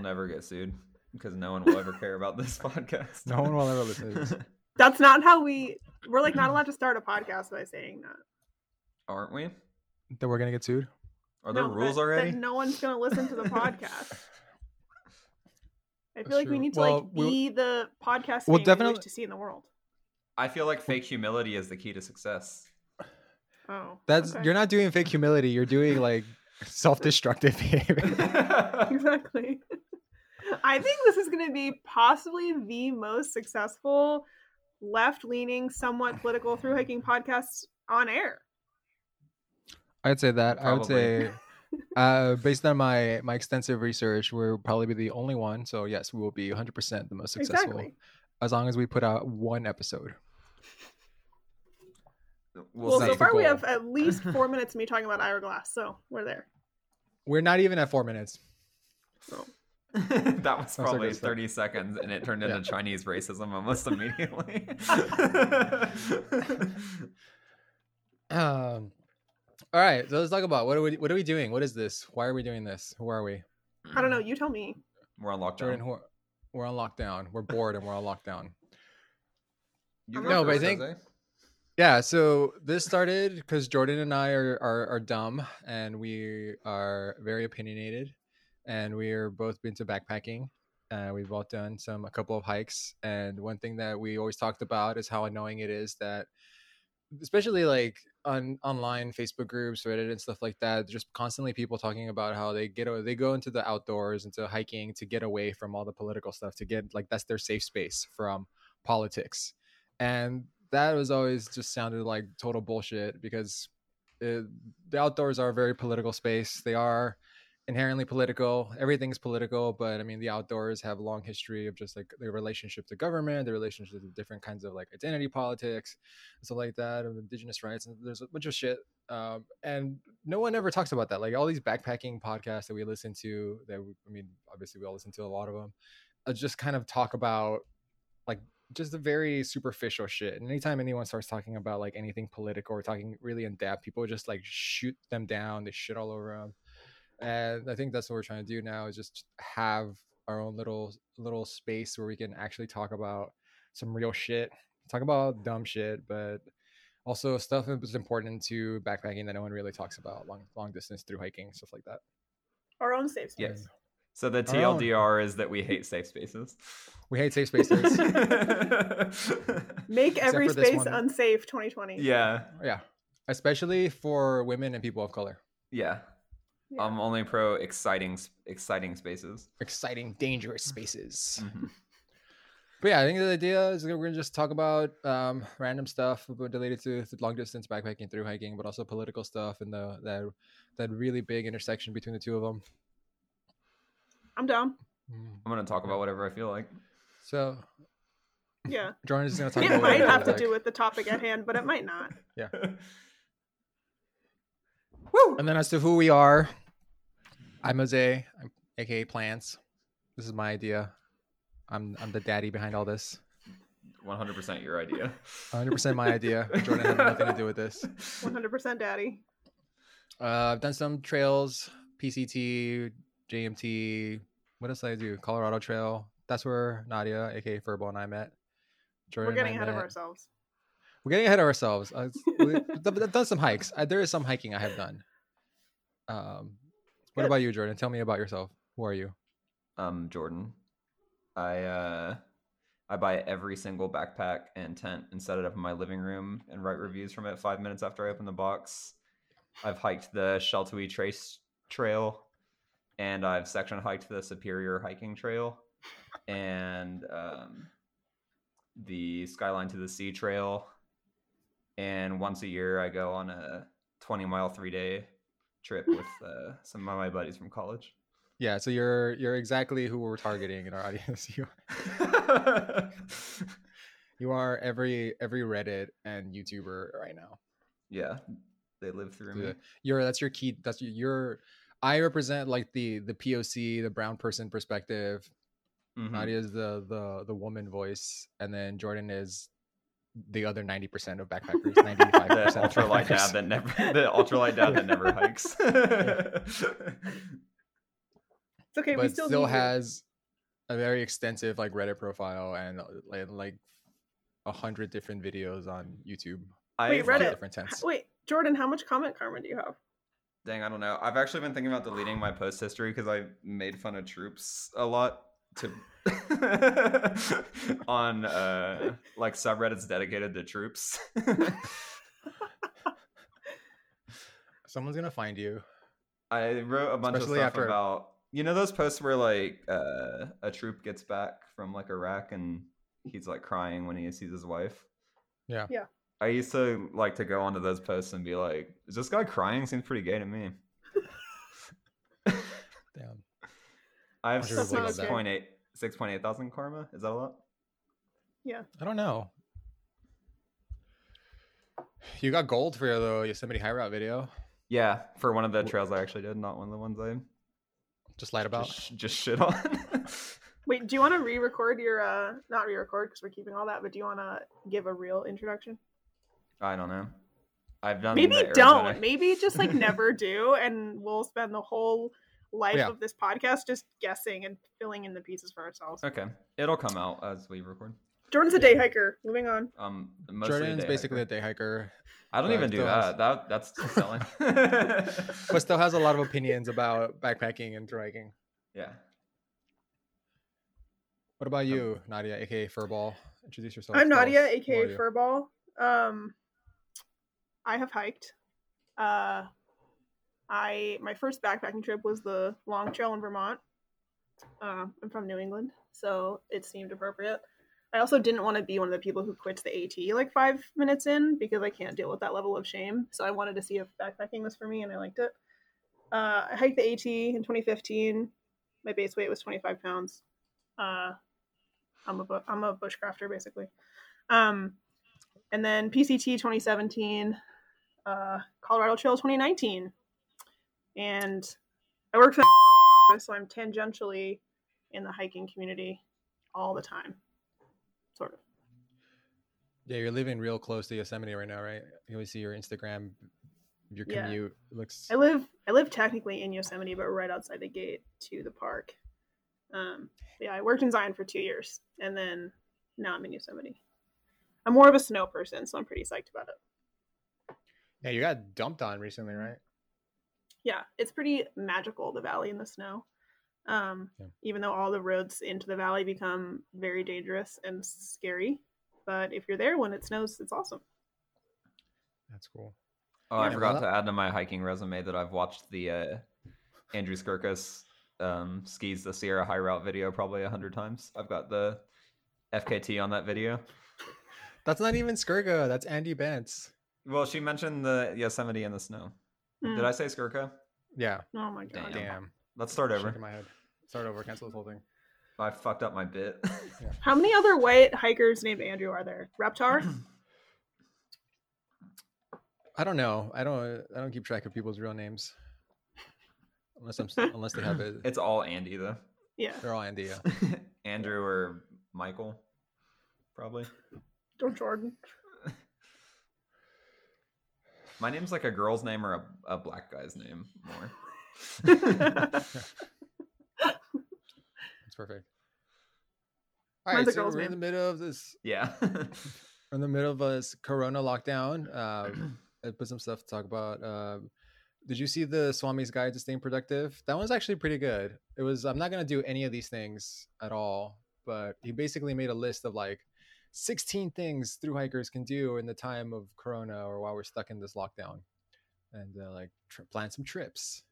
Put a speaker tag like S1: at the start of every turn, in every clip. S1: never get sued because no one will ever care about this podcast.
S2: No one will ever listen to this.
S3: That's not how we. We're like not allowed to start a podcast by saying that.
S1: Aren't we?
S2: That we're gonna get sued.
S1: Are there
S3: No,
S1: rules
S3: that- that
S1: already?
S3: no one's gonna listen to the podcast. I
S2: That's
S3: feel like
S2: true.
S3: we need to
S2: Well,
S3: like
S2: we'll-
S3: be the podcast
S2: We'll
S3: name we wish
S2: definitely-
S3: to see in the world.
S1: I feel like fake humility is the key to success.
S3: Oh,
S2: That's
S3: okay.
S2: you're not doing fake humility. You're doing like self-destructive behavior.
S3: exactly. I think this is going to be possibly the most successful left-leaning, somewhat political through hiking podcast on air.
S2: I'd say that. I would
S1: Probably.
S2: say, uh, based on my my extensive research, we'll probably be the only one. So yes, we will be 100 percent the most successful
S3: Exactly.
S2: as long as we put out one episode.
S3: Well,
S1: We'll
S2: that's
S3: so
S1: see.
S2: the
S3: far we
S2: goal.
S3: have at least four minutes of me talking about Hourglass, so we're there.
S2: We're not even at four minutes.
S1: that was
S2: so
S1: probably
S2: good stuff.
S1: 30 seconds and it turned into
S2: Yeah.
S1: Chinese racism almost immediately.
S2: Um, all right, so let's talk about what are we what are we doing? What is this? Why are we doing this? Who are we?
S3: I don't know.
S2: Mm.
S3: You tell me.
S1: We're on lockdown.
S2: Jordan, who are- we're on lockdown. We're bored and we're on lockdown.
S1: You
S3: No,
S1: go
S3: but I
S1: first,
S2: think-
S1: Jose.
S2: Yeah, so this started because Jordan and I are, are are dumb and we are very opinionated, and we are both been to backpacking. Uh, we've both done some a couple of hikes, and one thing that we always talked about is how annoying it is that, especially like on online Facebook groups, Reddit, and stuff like that, just constantly people talking about how they get o- they go into the outdoors, into hiking to get away from all the political stuff, to get like that's their safe space from politics and that was always just sounded like total bullshit because uh the outdoors are a very political space they are inherently political everything's political but i mean the outdoors have a long history of just like the relationship to government the relationship to different kinds of like identity politics and stuff like that of indigenous rights and there's a bunch of shit um, and no one ever talks about that like all these backpacking podcasts that we listen to that we, i mean obviously we all listen to a lot of them uh, just kind of talk about just the very superficial shit. And anytime anyone starts talking about like anything political or talking really in depth, people just like shoot them down. They shit all over them. And I think that's what we're trying to do now is just have our own little little space where we can actually talk about some real shit, talk about dumb shit, but also stuff that was important to backpacking that no one really talks about, long long distance through hiking, stuff like that.
S3: Our own safe space.
S1: Yes. So the
S2: Our own-
S1: TLDR is that we hate safe spaces.
S2: We hate safe spaces.
S3: Make
S2: Except
S3: every
S2: for this
S3: space
S2: one.
S3: unsafe 2020.
S1: yeah.
S2: yeah. Especially for women and people of color.
S1: Yeah.
S3: Yeah.
S1: I'm only pro exciting s- exciting spaces.
S2: Exciting, dangerous spaces.
S1: Mhm.
S2: But yeah, I think the idea is that we're gonna just talk about um, random stuff related to th- long distance backpacking, through hiking, but also political stuff and the that that really big intersection between the two of them.
S3: I'm down.
S1: I'm gonna talk about whatever I feel like.
S2: So
S3: Yeah.
S2: Jordan is gonna talk.
S3: It
S2: about what
S3: might
S2: he
S3: have
S2: feels
S3: to
S2: like.
S3: do with the topic at hand, but it might not.
S1: Woo!
S2: And then as to who we are, I'm Jose, I'm aka Plants. This is my idea. I'm I'm the daddy behind all this.
S1: 100% your idea.
S2: 100 percent my idea. Jordan had nothing to do with this.
S3: 100% daddy.
S2: Uh, I've done some trails, PCT, JMT. What else did I do? Colorado Trail. That's where Nadia, aka Furball, and I met. Jordan
S3: We're
S2: and I
S3: getting ahead of
S2: met.
S3: ourselves.
S2: We're getting ahead of ourselves. I, we, I've I've done some hikes. I, there is some hiking I have done. Um, what
S3: Good.
S2: about you, Jordan? Tell me about yourself. Who are you?
S1: um Jordan. I uh I buy every single backpack and tent and set it up in my living room and write reviews from it 5 minutes after I open the box. I've hiked the Sheltui Trace trail and I've section hiked the Superior hiking trail and um the Skyline to the Sea trail. And once a year I go on a 20 mile 3 day trip with uh, some of my buddies from college.
S2: Yeah, so you're you're exactly who we're targeting in our audience. You you are every every Reddit and YouTuber right now.
S1: yeah, they live through me.
S2: Yeah. you're that's your key that's your, your i represent like the the poc the brown person perspective
S1: Mhm.
S2: nadia is the the the woman voice and then jordan is the other 90% of backpackers 95%
S1: The
S2: of
S1: ultralight dad
S2: backpackers.
S1: that never, the ultralight dad that never hikes.
S3: It's okay. we
S2: but
S3: still,
S2: still,
S3: need you.
S2: has a very extensive like Reddit profile and uh, like like a hundred different videos on YouTube.
S3: Wait,
S1: I've-
S2: about
S3: Reddit.
S2: Different tents.
S3: Wait, Jordan, how much comment karma do you have?
S1: Dang, I don't know. I've actually been thinking about deleting my post history because I made fun of troops a lot to on uh like subreddits dedicated to troops.
S2: Someone's gonna find you.
S1: I wrote a bunch
S2: Especially
S1: of stuff
S2: after-
S1: about you know those posts where like uh, a troop gets back from like Iraq and he's like crying when he sees his wife.
S2: Yeah.
S3: Yeah.
S1: I used to like to go onto those posts and be like, "Is this guy crying? Seems pretty gay to me."
S2: Damn.
S1: I have
S2: I'm sure
S1: six
S3: it's not okay.
S1: point eight, six point eight thousand karma. Is that a lot?
S2: I don't know. You got gold for the Yosemite High Route video.
S1: Yeah, for one of the trails I actually did, not one of the ones I
S2: Just lied about.
S1: just, just shit on.
S3: Wait, do you want to re-record your uh not re-record because we're keeping all that, but do you want to give a real introduction?
S1: I don't know. I've done
S3: Maybe
S1: the
S3: don't.
S1: Arizona-
S3: Maybe just like never do, and we'll spend the whole life
S2: Yeah.
S3: of this podcast just guessing and filling in the pieces for ourselves.
S2: Uh,
S1: Okay, it'll come out as we record.
S3: Jordan's a day hiker. Moving on.
S1: Um, mostly a
S2: Jordan's
S1: day
S2: basically
S1: hiker.
S2: a day hiker,
S1: I don't
S2: but
S1: even do
S2: still has-
S1: that. That that's selling.
S2: but still has a lot of opinions about backpacking and thru hiking.
S1: yeah.
S2: What about you, Nadia, aka Furball? Introduce yourself.
S3: I'm
S2: tell
S3: Nadia,
S2: us
S3: aka
S2: about you.
S3: Furball. Um, I have hiked. Uh, I my first backpacking trip was the Long Trail in Vermont. Uh, I'm from New England, so it seemed appropriate. I also didn't want to be one of the people who quits the AT like five minutes in because I can't deal with that level of shame. So I wanted to see if backpacking was for me, and I liked it. Uh, I hiked the AT in 2015. My base weight was 25 pounds. Uh, I'm a bu- I'm a bushcrafter basically. Um, and then PCT 2017, uh, Colorado Trail 2019. And I work for so I'm tangentially in the hiking community all the time. Sort of.
S2: Yeah, you're living real close to Yosemite right now, right? You always see your Instagram, your
S3: Yeah.
S2: commute looks.
S3: I live I live technically in Yosemite, but right outside the gate to the park. Um, yeah, I worked in Zion for two years and then now I'm in Yosemite. I'm more of a snow person, so I'm pretty psyched about it.
S2: Yeah, you got dumped on recently, right?
S3: yeah it's pretty magical the valley in the snow um
S2: Yeah.
S3: even though all the roads into the valley become very dangerous and scary but if you're there when it snows it's awesome
S2: That's cool.
S1: Oh, I
S2: Yeah,
S1: forgot
S2: well-
S1: to add to my hiking resume that I've watched the uh, Andrew Skirkus um, skis the Sierra High Route video probably a hundred times. I've got the FKT on that video.
S2: That's not even Skurga. That's Andy Bentz.
S1: Well, she mentioned the Yosemite and the snow.
S3: Mm.
S1: Did I say Skirka?
S2: Yeah.
S3: oh my god
S1: Damn.
S2: Damn.
S1: Let's start
S2: Shook
S1: over.
S2: in my head. Start over. Cancel this whole thing.
S1: I fucked up my bit.
S3: how many other white hikers named andrew are there reptar
S2: I don't know. I don't. I don't keep track of people's real names, unless I'm st- unless they have it.
S1: it's all Andy though.
S3: yeah
S2: They're all Andy. Yeah.
S1: Andrew or Michael, probably.
S3: or jordan
S1: My name's like a girl's name or a, a black guy's name more.
S2: That's perfect. All right,
S3: Mine's a
S2: so
S3: girl's
S2: we're in the
S3: name.
S2: middle of this.
S1: yeah.
S2: We're in the middle of this Corona lockdown. Uh, I put some stuff to talk about. Um, did you see the Swami's Guide to Staying Productive? That one's actually pretty good. It was. I'm not gonna do any of these things at all, but he basically made a list of like 16 things through hikers can do in the time of Corona or while we're stuck in this lockdown, and uh, like tr- plan some trips,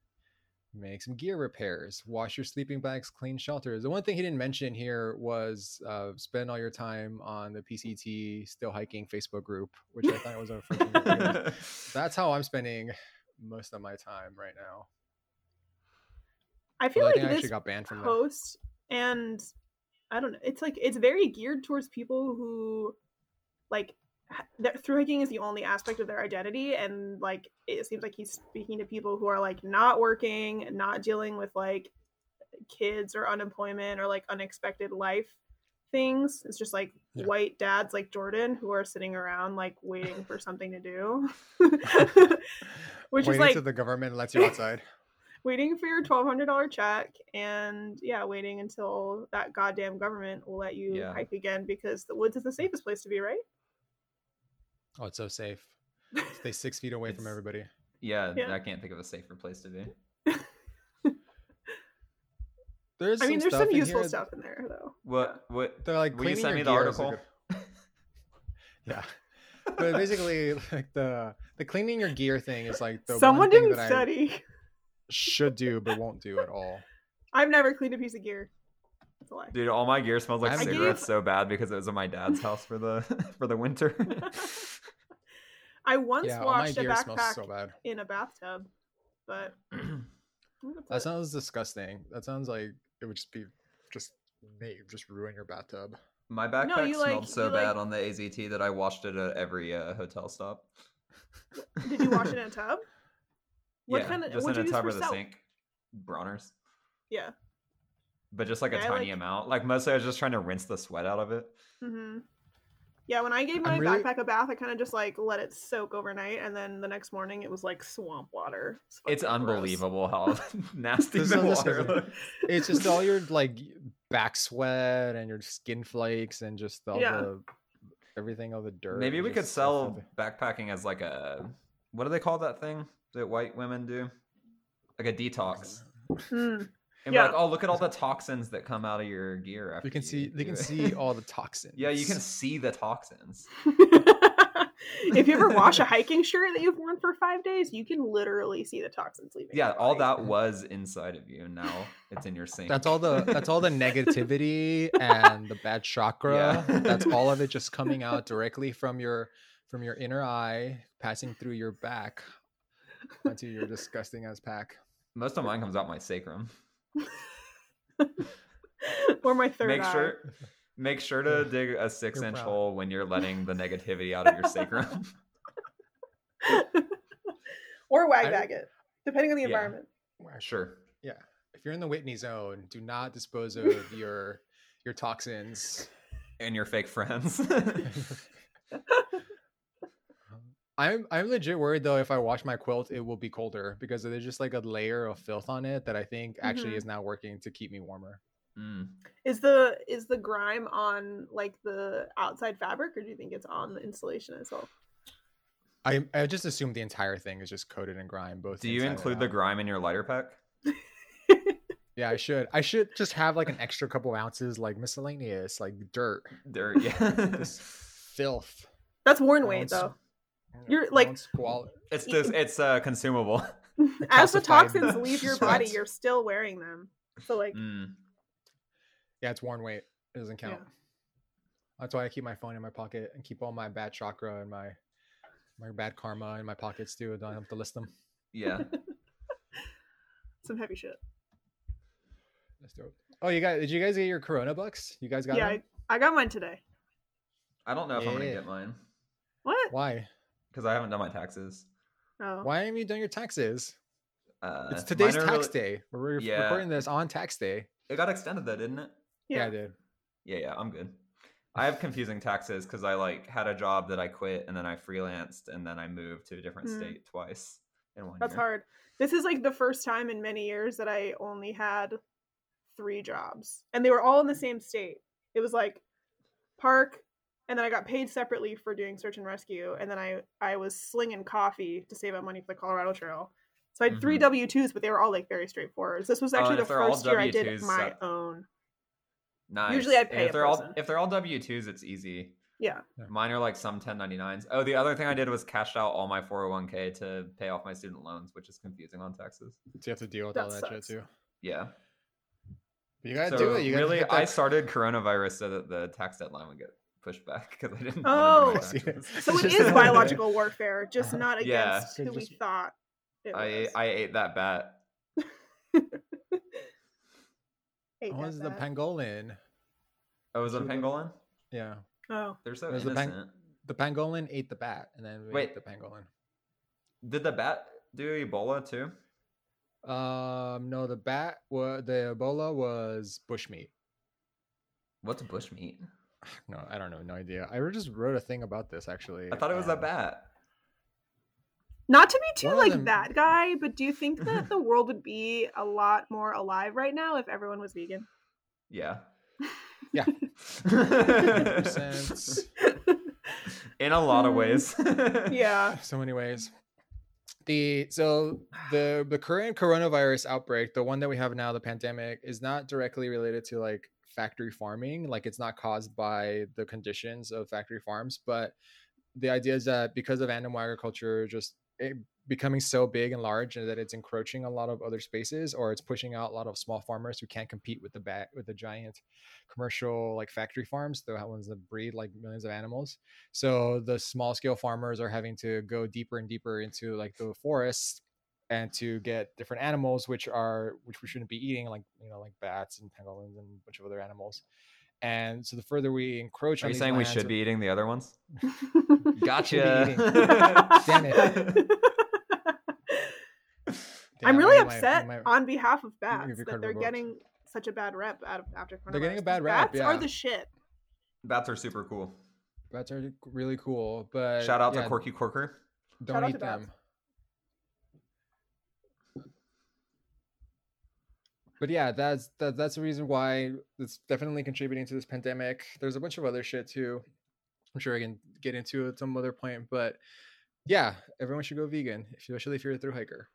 S2: make some gear repairs, wash your sleeping bags, clean shelters. The one thing he didn't mention here was uh, spend all your time on the PCT Still Hiking Facebook group, which I thought was a freaking weird that's how I'm spending most of my time right now.
S3: i feel
S2: Although I
S3: like
S2: think I actually
S3: this
S2: got banned from that.
S3: post and i don't know it's like it's very geared towards people who like ha- that through hiking is the only aspect of their identity and like it seems like he's speaking to people who are like not working not dealing with like kids or unemployment or like unexpected life things it's just like
S2: Yeah.
S3: white dads like jordan who are sitting around like waiting for something to do which
S2: Waiting
S3: is like
S2: till the government lets you outside.
S3: waiting for your twelve hundred dollar check, and yeah, waiting until that goddamn government will let you
S1: Yeah.
S3: hike again because the woods is the safest place to be, right?
S2: Oh, it's so safe. Stay six feet away from
S1: It's-
S2: everybody.
S1: Yeah,
S3: Yeah.
S1: I can't think of a safer place to be.
S2: There's
S3: I mean,
S2: some
S3: there's some
S2: in
S3: useful
S2: here.
S3: stuff in there though.
S1: What? What?
S2: They're like,
S1: Will you
S2: cleaning
S1: send
S2: your
S1: me the
S2: gear is a
S1: article?
S2: good- yeah, but basically, like the the cleaning your gear thing is like the one
S3: Someone
S2: thing
S3: didn't
S2: that I
S3: study.
S2: should do but won't do at all.
S3: I've never cleaned a piece of gear. That's a lie.
S1: Dude, all my gear smells like
S2: I'm- I gave-
S1: cigarettes so bad because it was in my dad's house for the for the winter.
S3: I once
S2: yeah, all my
S3: washed a
S2: gear smells
S3: backpack
S2: so bad.
S3: in a bathtub, but
S2: That sounds disgusting. That sounds like it would just be just may just ruin your bathtub.
S1: my backpack
S3: you,
S1: smelled
S3: like-
S1: so
S3: you,
S1: bad
S3: like-
S1: on the AZT that I washed it at every uh, hotel stop.
S3: did you wash it in a tub? What
S1: yeah,
S3: kind of
S1: just
S3: what
S1: in
S3: do
S1: a
S3: you use
S1: tub
S3: for
S1: with a
S3: soap?
S1: sink, Bronner's,
S3: Yeah.
S1: but just like a
S3: Yeah, I
S1: tiny
S3: like-
S1: amount. Like mostly, I was just trying to rinse the sweat out of it.
S3: hmm Yeah, when I gave my
S2: really-
S3: backpack a bath, I kind of just like let it soak overnight, and then the next morning it was like swamp water.
S1: It's
S3: fucking gross.
S1: unbelievable how nasty
S2: This
S1: the
S2: sounds
S1: water
S2: disgusting.
S1: looks.
S2: It's just all your like back sweat and your skin flakes and just all
S3: Yeah.
S2: the everything, all the dirt.
S1: Maybe
S2: and
S1: we could
S2: just stuff
S1: sell
S2: of-
S1: backpacking as like a what do they call that thing that white women do? Like a detox.
S3: Mm.
S1: And be like,
S3: Yeah.
S1: oh, look at all the toxins that come out of your gear. After
S2: You can see they
S1: do
S2: can
S1: it."
S2: see all the toxins.
S1: yeah, you can see the toxins.
S3: if you ever wash a hiking shirt that you've worn for five days, you can literally see the toxins leaving.
S1: Yeah,
S3: your
S1: all
S3: body.
S1: that was inside of you. and Now it's in your sink.
S2: That's all the that's all the negativity and the bad chakra.
S1: Yeah.
S2: That's all of it just coming out directly from your from your inner eye, passing through your back onto your disgusting ass pack.
S1: Most of mine comes out my sacrum.
S3: or my third
S1: make
S3: eye.
S1: sure, make sure to
S2: Yeah.
S1: dig a six-inch
S2: proud.
S1: hole when you're letting the negativity out of your sacrum.
S3: or
S2: I-
S3: wag bag it, depending on the
S1: Yeah.
S3: environment.
S1: sure.
S2: If you're in the Whitney zone, do not dispose of your your toxins.
S1: And your fake friends.
S2: Mm. I'm I'm legit worried though if I wash my quilt it will be colder because there's just like a layer of filth on it that I think actually
S3: Mhm.
S2: is not working to keep me warmer.
S1: Mm.
S3: Is the is the grime on like the outside fabric, or do you think it's on the insulation itself?
S2: I I just assume the entire thing is just coated in grime. Both.
S1: Do you
S2: inside and
S1: include the
S2: out.
S1: grime in your lighter pack?
S2: Yeah, I should. I should just have like an extra couple ounces, like miscellaneous, like dirt,
S1: Dirt, yeah.
S2: Just filth.
S3: That's worn
S2: Well,
S3: weight
S2: it's-
S3: though.
S2: I don't
S3: You're,
S2: know,
S3: like-
S2: don't squall-
S1: it's just, it's uh, consumable.
S3: As the
S2: calcified
S3: toxins leave your body,
S2: sweats.
S3: you're still wearing them. So like,
S1: Mm.
S2: Yeah, it's worn weight. It doesn't
S3: Yeah.
S2: count. That's why I keep my phone in my pocket and keep all my bad chakra and my my bad karma in my pockets too. I don't have to list them.
S1: Yeah.
S3: some heavy shit.
S2: That's dope. Oh, you guys? Did you guys get your Corona bucks? You guys got
S3: yeah,
S2: them?
S3: I, I got mine today.
S1: I don't know if I'm gonna
S2: Yeah.
S1: get mine
S3: What?
S2: Why?
S1: because I haven't done my taxes.
S3: Oh,
S2: Why haven't you done your taxes?
S1: Uh,
S2: It's today's
S1: mine are
S2: tax
S1: really-
S2: day. We're re-
S1: Yeah.
S2: recording this on tax day.
S1: It got extended though, didn't it?
S2: Yeah,
S3: yeah.
S2: dude.
S1: Yeah, yeah, I'm good. I have confusing taxes because I like had a job that I quit and then I freelanced and then I moved to a different
S3: Mm.
S1: state twice in one
S3: that's
S1: year.
S3: hard. This is like the first time in many years that I only had three jobs, and they were all in the same state. It was like park, and then I got paid separately for doing search and rescue, and then I I was slinging coffee to save up money for the Colorado Trail. So I had three
S1: Mhm.
S3: W twos, but they were all like very straightforward. So this was
S1: Oh, and
S3: actually the
S1: if they're all
S3: first year I did
S1: W2s,
S3: my
S1: that-
S3: own.
S1: Nice.
S3: Usually I
S1: And
S3: pay
S1: if
S3: a
S1: they're all
S3: person.
S1: if they're all W twos, it's easy.
S3: Yeah.
S2: Yeah.
S1: Mine are like some 1099s. Oh, the other thing I did was cashed out all my 401k to pay off my student loans, which is confusing on taxes.
S2: So you have to deal with
S3: That
S2: all that shit
S3: sucks.
S2: too.
S1: Yeah.
S2: But you gotta
S1: so
S2: do it. You gotta
S1: really,
S2: get
S1: I
S2: that-
S1: started coronavirus so that the tax deadline would get pushed back because I didn't.
S3: Oh.
S1: want
S2: I see.
S1: to do my taxes.
S3: So it
S2: Just
S3: is
S2: another-
S3: biological warfare, just not
S1: Uh-huh. Yeah.
S3: against who we
S2: Just-
S3: thought. It
S1: I
S3: was.
S1: I ate that bat.
S3: Hate
S2: Oh,
S3: that
S2: it's the
S3: fact.
S2: pangolin.
S1: Oh, was it a
S2: So the-
S1: pangolin?
S2: Yeah,
S3: Oh,
S1: They're so
S2: It was the pang-
S1: innocent.
S2: the pangolin ate the bat, and then we ate
S1: Wait.
S2: the pangolin.
S1: Did the bat do Ebola too?
S2: Um, no, the bat was the Ebola was bushmeat.
S1: What's bushmeat?
S2: No, um, I don't know, no idea. I re- just wrote a thing about this actually.
S1: I thought it was a
S2: um,
S1: bat.
S3: Not to be too
S2: One of
S3: like
S2: them-
S3: that guy, but do you think that the world would be a lot more alive right now if everyone was vegan?
S1: Yeah.
S2: Yeah. Sense.
S1: In a lot of
S3: Mm.
S1: ways.
S3: yeah.
S2: so many ways. The so the the current coronavirus outbreak, the one that we have now, the pandemic, is not directly related to like factory farming. Like it's not caused by the conditions of factory farms, but the idea is that because of animal agriculture, just it becoming so big and large, and that it's encroaching a lot of other spaces, or it's pushing out a lot of small farmers who can't compete with the bat with the giant commercial like factory farms, the ones that breed like millions of animals. So the small scale farmers are having to go deeper and deeper into like the forests and to get different animals which are which we shouldn't be eating, like you know, like bats and pangolins and a bunch of other animals. And so the further we encroach
S1: Are
S2: on
S1: you
S2: these
S1: saying we
S2: lands
S1: should
S2: or-
S1: be eating the other ones? Gotcha.
S2: Should be eating. Damn
S3: I'm
S2: Damn,
S3: really
S2: I made my-
S3: upset
S2: my-
S3: on behalf of
S2: Let me
S3: bats
S2: give you
S3: that
S2: card
S3: they're
S2: remote.
S3: getting such a bad rep out of after
S2: They're getting a
S3: coronavirus.
S2: bad rep,
S3: Bats are
S2: yeah.
S3: the shit.
S1: Bats are super cool.
S2: Bats are really cool, but
S1: Shout out
S2: Uh, yeah,
S1: to Corky Corker.
S2: Don't
S3: Shout out
S2: eat
S3: to bats.
S2: them. But yeah, that's that, that's the reason why it's definitely contributing to this pandemic. There's a bunch of other shit too. I'm sure I can get into at some other point, but yeah, everyone should go vegan, especially if you're a through hiker.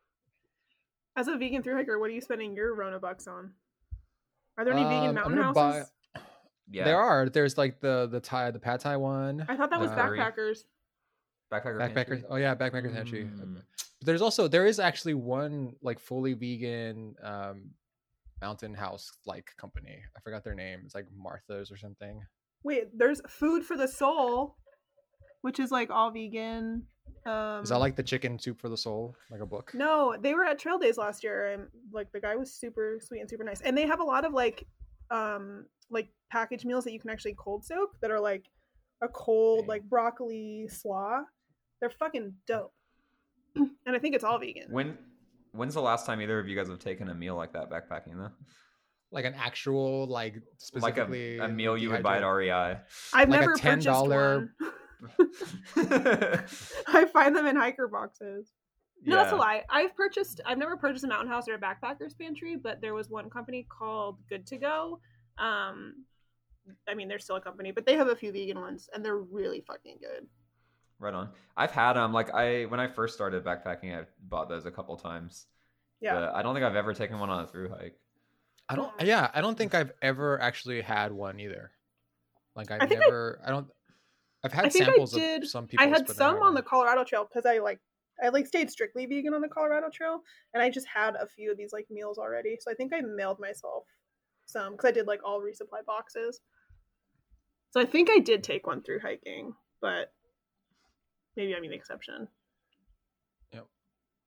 S3: As a vegan through hiker, what are you spending your Rona bucks on? Are there any
S2: Um,
S3: vegan
S2: I'm
S3: mountain
S2: gonna
S3: houses?
S2: buy-
S1: Yeah.
S2: There are. There's like the the Thai, the pad Thai one.
S3: I thought that was
S2: Uh,
S1: Curry.
S3: backpackers.
S1: Backpacker.
S2: Backpackers.
S1: Pantry.
S2: Oh yeah, backpackers Pantry. Uh,
S1: Mm.
S2: But there's also there is actually one like fully vegan um mountain house like company. I forgot their name. It's like Martha's or something.
S3: Wait, there's food for the soul, which is like all vegan. Um,
S2: Is that like the chicken soup for the soul? Like a book?
S3: No, they were at Trail Days last year, and like the guy was super sweet and super nice. And they have a lot of like, um, like packaged meals that you can actually cold soak that are like a cold
S2: Dang.
S3: like broccoli slaw. They're fucking dope, and I think it's all vegan.
S1: When when's the last time either of you guys have taken a meal like that backpacking though?
S2: Like an actual like
S1: Like a,
S2: specifically
S1: a meal you would buy at E
S2: dehydrated-
S1: REI.
S3: I've
S2: like a
S3: never purchased
S2: $10
S3: one. I find them in hiker boxes. No, that's a
S1: Yeah.
S3: lie. I've purchased. I've never purchased a mountain house or a backpackers pantry, but there was one company called Good to Go. Um, I mean, they're still a company, but they have a few vegan ones, and they're really fucking good.
S1: Right on. I've had them. Like I when I first started backpacking, I bought those a couple times.
S3: Yeah,
S1: But I don't think I've ever taken one on a through hike.
S2: I don't yeah, I don't think I've ever actually had one either. Like I've
S3: I think I-
S2: never I, don't I've had
S3: I think I
S2: samples
S3: did-
S2: of some people.
S3: I had some on the Colorado Trail because I like I like stayed strictly vegan on the Colorado Trail, and I just had a few of these like meals already. So I think I mailed myself some because I did like all resupply boxes. So I think I did take one through hiking, but maybe I'm an exception.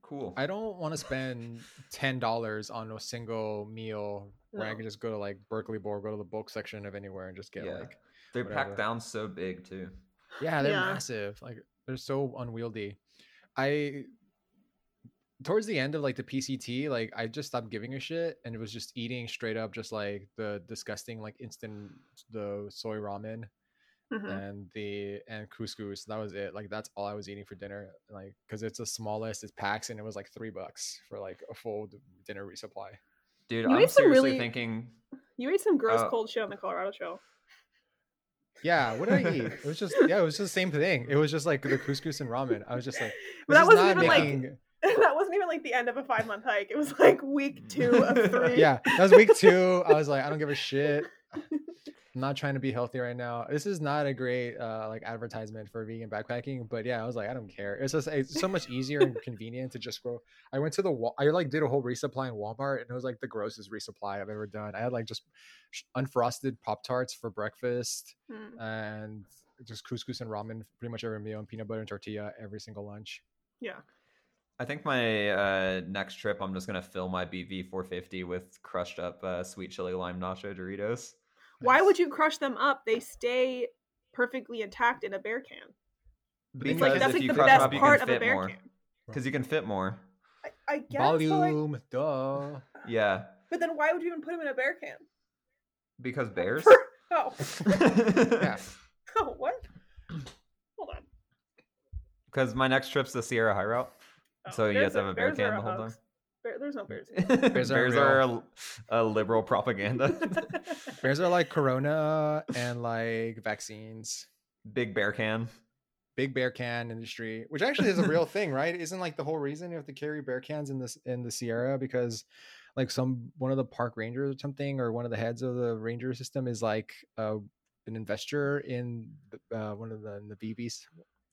S1: Cool.
S2: I don't want to spend ten dollars on a single meal when I
S3: No.
S2: can just go to like Berkeley Bowl, go to the bulk section of anywhere, and just get
S1: Yeah.
S2: like
S1: They're
S2: whatever.
S1: packed down so big too.
S2: yeah, they're
S3: Yeah.
S2: massive. Like they're so unwieldy. I towards the end of like the PCT, like I just stopped giving a shit and it was just eating straight up, just like the disgusting like instant the soy ramen
S3: Mhm.
S2: and the and couscous. That was it. Like that's all I was eating for dinner. Like because it's the smallest, it's packs, and it was like three bucks for like a full d- dinner resupply.
S1: Dude,
S3: You
S1: I'm
S3: ate some
S1: seriously
S3: really-
S1: thinking
S3: You ate some gross
S1: Uh,
S3: cold shit on the Colorado Trail.
S2: Yeah, what did I eat? It was just yeah, it was just the same thing. It was just like the couscous and ramen. I was just like,
S3: But
S2: this
S3: that
S2: is
S3: wasn't
S2: not
S3: even like
S2: making-
S1: uh,
S3: that wasn't even like the end of a five month hike. It was like week two of three.
S2: yeah, that was week two. I was like, I don't give a shit. I'm not trying to be healthy right now. This is not a great uh, like advertisement for vegan backpacking, but yeah, I was like, I don't care. It's just it's so much easier and convenient to just go. I went to the Wa- I like did a whole resupply in Walmart, and it was like the grossest resupply I've ever done. I had like just sh- unfrosted Pop Tarts for breakfast,
S3: Mm.
S2: and just couscous and ramen pretty much every meal, and peanut butter and tortilla every single lunch.
S1: I think my uh, next trip, I'm just gonna fill my BV 450 with crushed up uh, sweet chili lime nacho Doritos.
S3: Why
S2: Nice.
S3: would you crush them up? They stay perfectly intact in a bear can.
S2: But then,
S1: Because
S3: like, that's,
S1: if
S3: like,
S1: you
S3: the
S1: crush
S3: best
S1: them up, you
S3: part
S1: can
S3: of a
S1: fit
S3: bear
S1: more.
S3: can.
S1: Because you can fit more.
S3: I, I guess, but, like,
S2: volume, duh.
S1: Yeah,
S3: but then why would you even put them in a bear can?
S1: because bears.
S3: Oh,
S1: yeah.
S3: oh, what? Hold on.
S1: Because my next trip's the Sierra High Route. So you guys
S3: Bears
S1: have
S3: are-
S1: a bear
S3: bears
S1: can the
S3: are Oh, a
S1: whole time.
S3: hoax. Bear- there's no bears.
S1: Bears,
S2: are
S1: are, a,
S2: real.
S1: a liberal propaganda.
S2: Bears are like Corona and like vaccines.
S1: Big bear can.
S2: Big bear can industry, which actually is a real thing, right? Isn't like the whole reason you have to carry bear cans in this in the Sierra because like some one of the park rangers or something or one of the heads of the ranger system is like uh, an investor in the, uh, one of the in the BB's.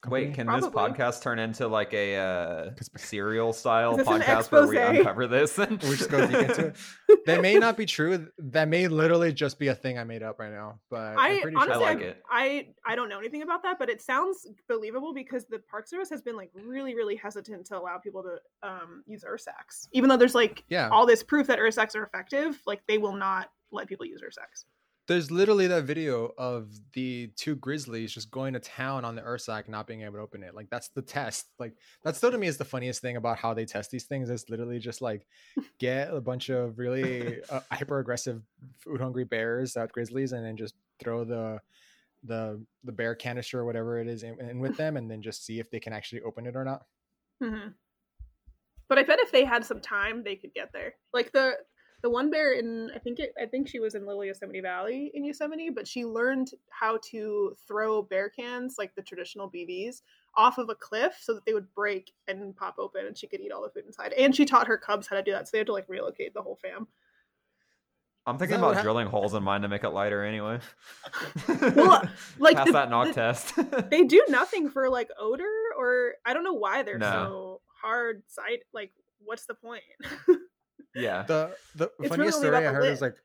S1: Wait, can this
S3: Probably.
S1: podcast turn into like a uh,
S2: Cons-
S1: serial style
S3: Is this an
S1: podcast where we
S3: expose?
S1: uncover this? And
S2: We just go deep into it. that may not be true. That may literally just be a thing I made up right now. But I,
S3: I
S2: am pretty
S3: honestly,
S2: sure.
S1: I
S3: I,
S1: like it.
S3: I I don't know anything about that, but it sounds believable because the Park Service has been like really, really hesitant to allow people to um, use Ursacs, even though there's like
S2: yeah,
S3: all this proof that Ursacs are effective. Like they will not let people use Ursacs.
S2: there's literally that video of the two grizzlies just going to town on the Ursac, not being able to open it. Like that's the test. Like that still to me is the funniest thing about how they test these things. Is literally just like get a bunch of really uh, hyper aggressive, food hungry bears out grizzlies, and then just throw the the the bear canister or whatever it is in, in with them, and then just see if they can actually open it or not.
S3: hmm But I bet if they had some time, they could get there. Like the the one bear in I think it, I think she was in Little Yosemite Valley in Yosemite, but she learned how to throw bear cans like the traditional BBs off of a cliff so that they would break and pop open, and she could eat all the food inside. And she taught her cubs how to do that, so they had to like relocate the whole fam.
S1: I'm thinking
S2: that what
S1: about
S2: hap-
S1: drilling holes in mine to make it lighter anyway.
S3: Well, like
S1: pass
S3: the-
S1: that knock
S3: the-
S1: test.
S3: They do nothing for like odor or I don't know why they're
S1: No.
S3: so hard sight. Like, what's the point?
S1: yeah.
S2: the the
S3: It's
S2: funniest
S3: really
S2: story
S3: about
S2: I
S3: the
S2: heard is
S3: lid.
S2: like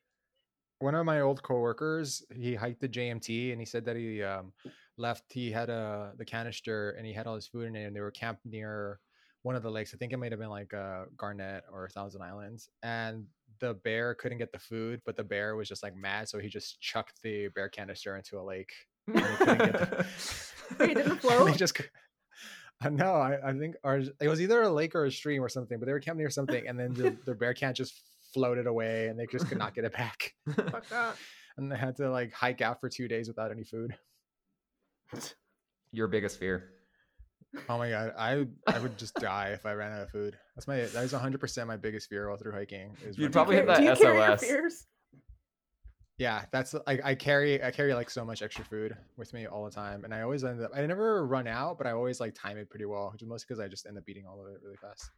S2: one of my old coworkers. He hiked the JMT and he said that he um, left. He had a the canister and he had all his food in it, and they were camped near one of the lakes. I think it might have been like uh, Garnet or Thousand Islands, and the bear couldn't get the food, but the bear was just like mad, so he just chucked the bear canister into a lake. couldn't get
S3: Wait, it didn't
S2: And they
S3: float.
S2: just. cou- I know. I, I think our, it was either a lake or a stream or something, but they were camping near something, and then the, the bear can just floated away, and they just could not get it back,
S3: Fuck that.
S2: and they had to like hike out for two days without any food.
S1: Your biggest fear.
S2: Oh my god, I I would just die if I ran out of food. That's my that is 100 percent my biggest fear while through hiking. Is
S1: You'd probably
S2: running out of
S1: hit
S2: food.
S3: do you
S1: that
S3: carry your
S1: SOS.
S3: fears?
S2: Yeah, that's I, I carry I carry like so much extra food with me all the time, and I always end up I never run out, but I always like time it pretty well, which is mostly because I just end up eating all of it really fast.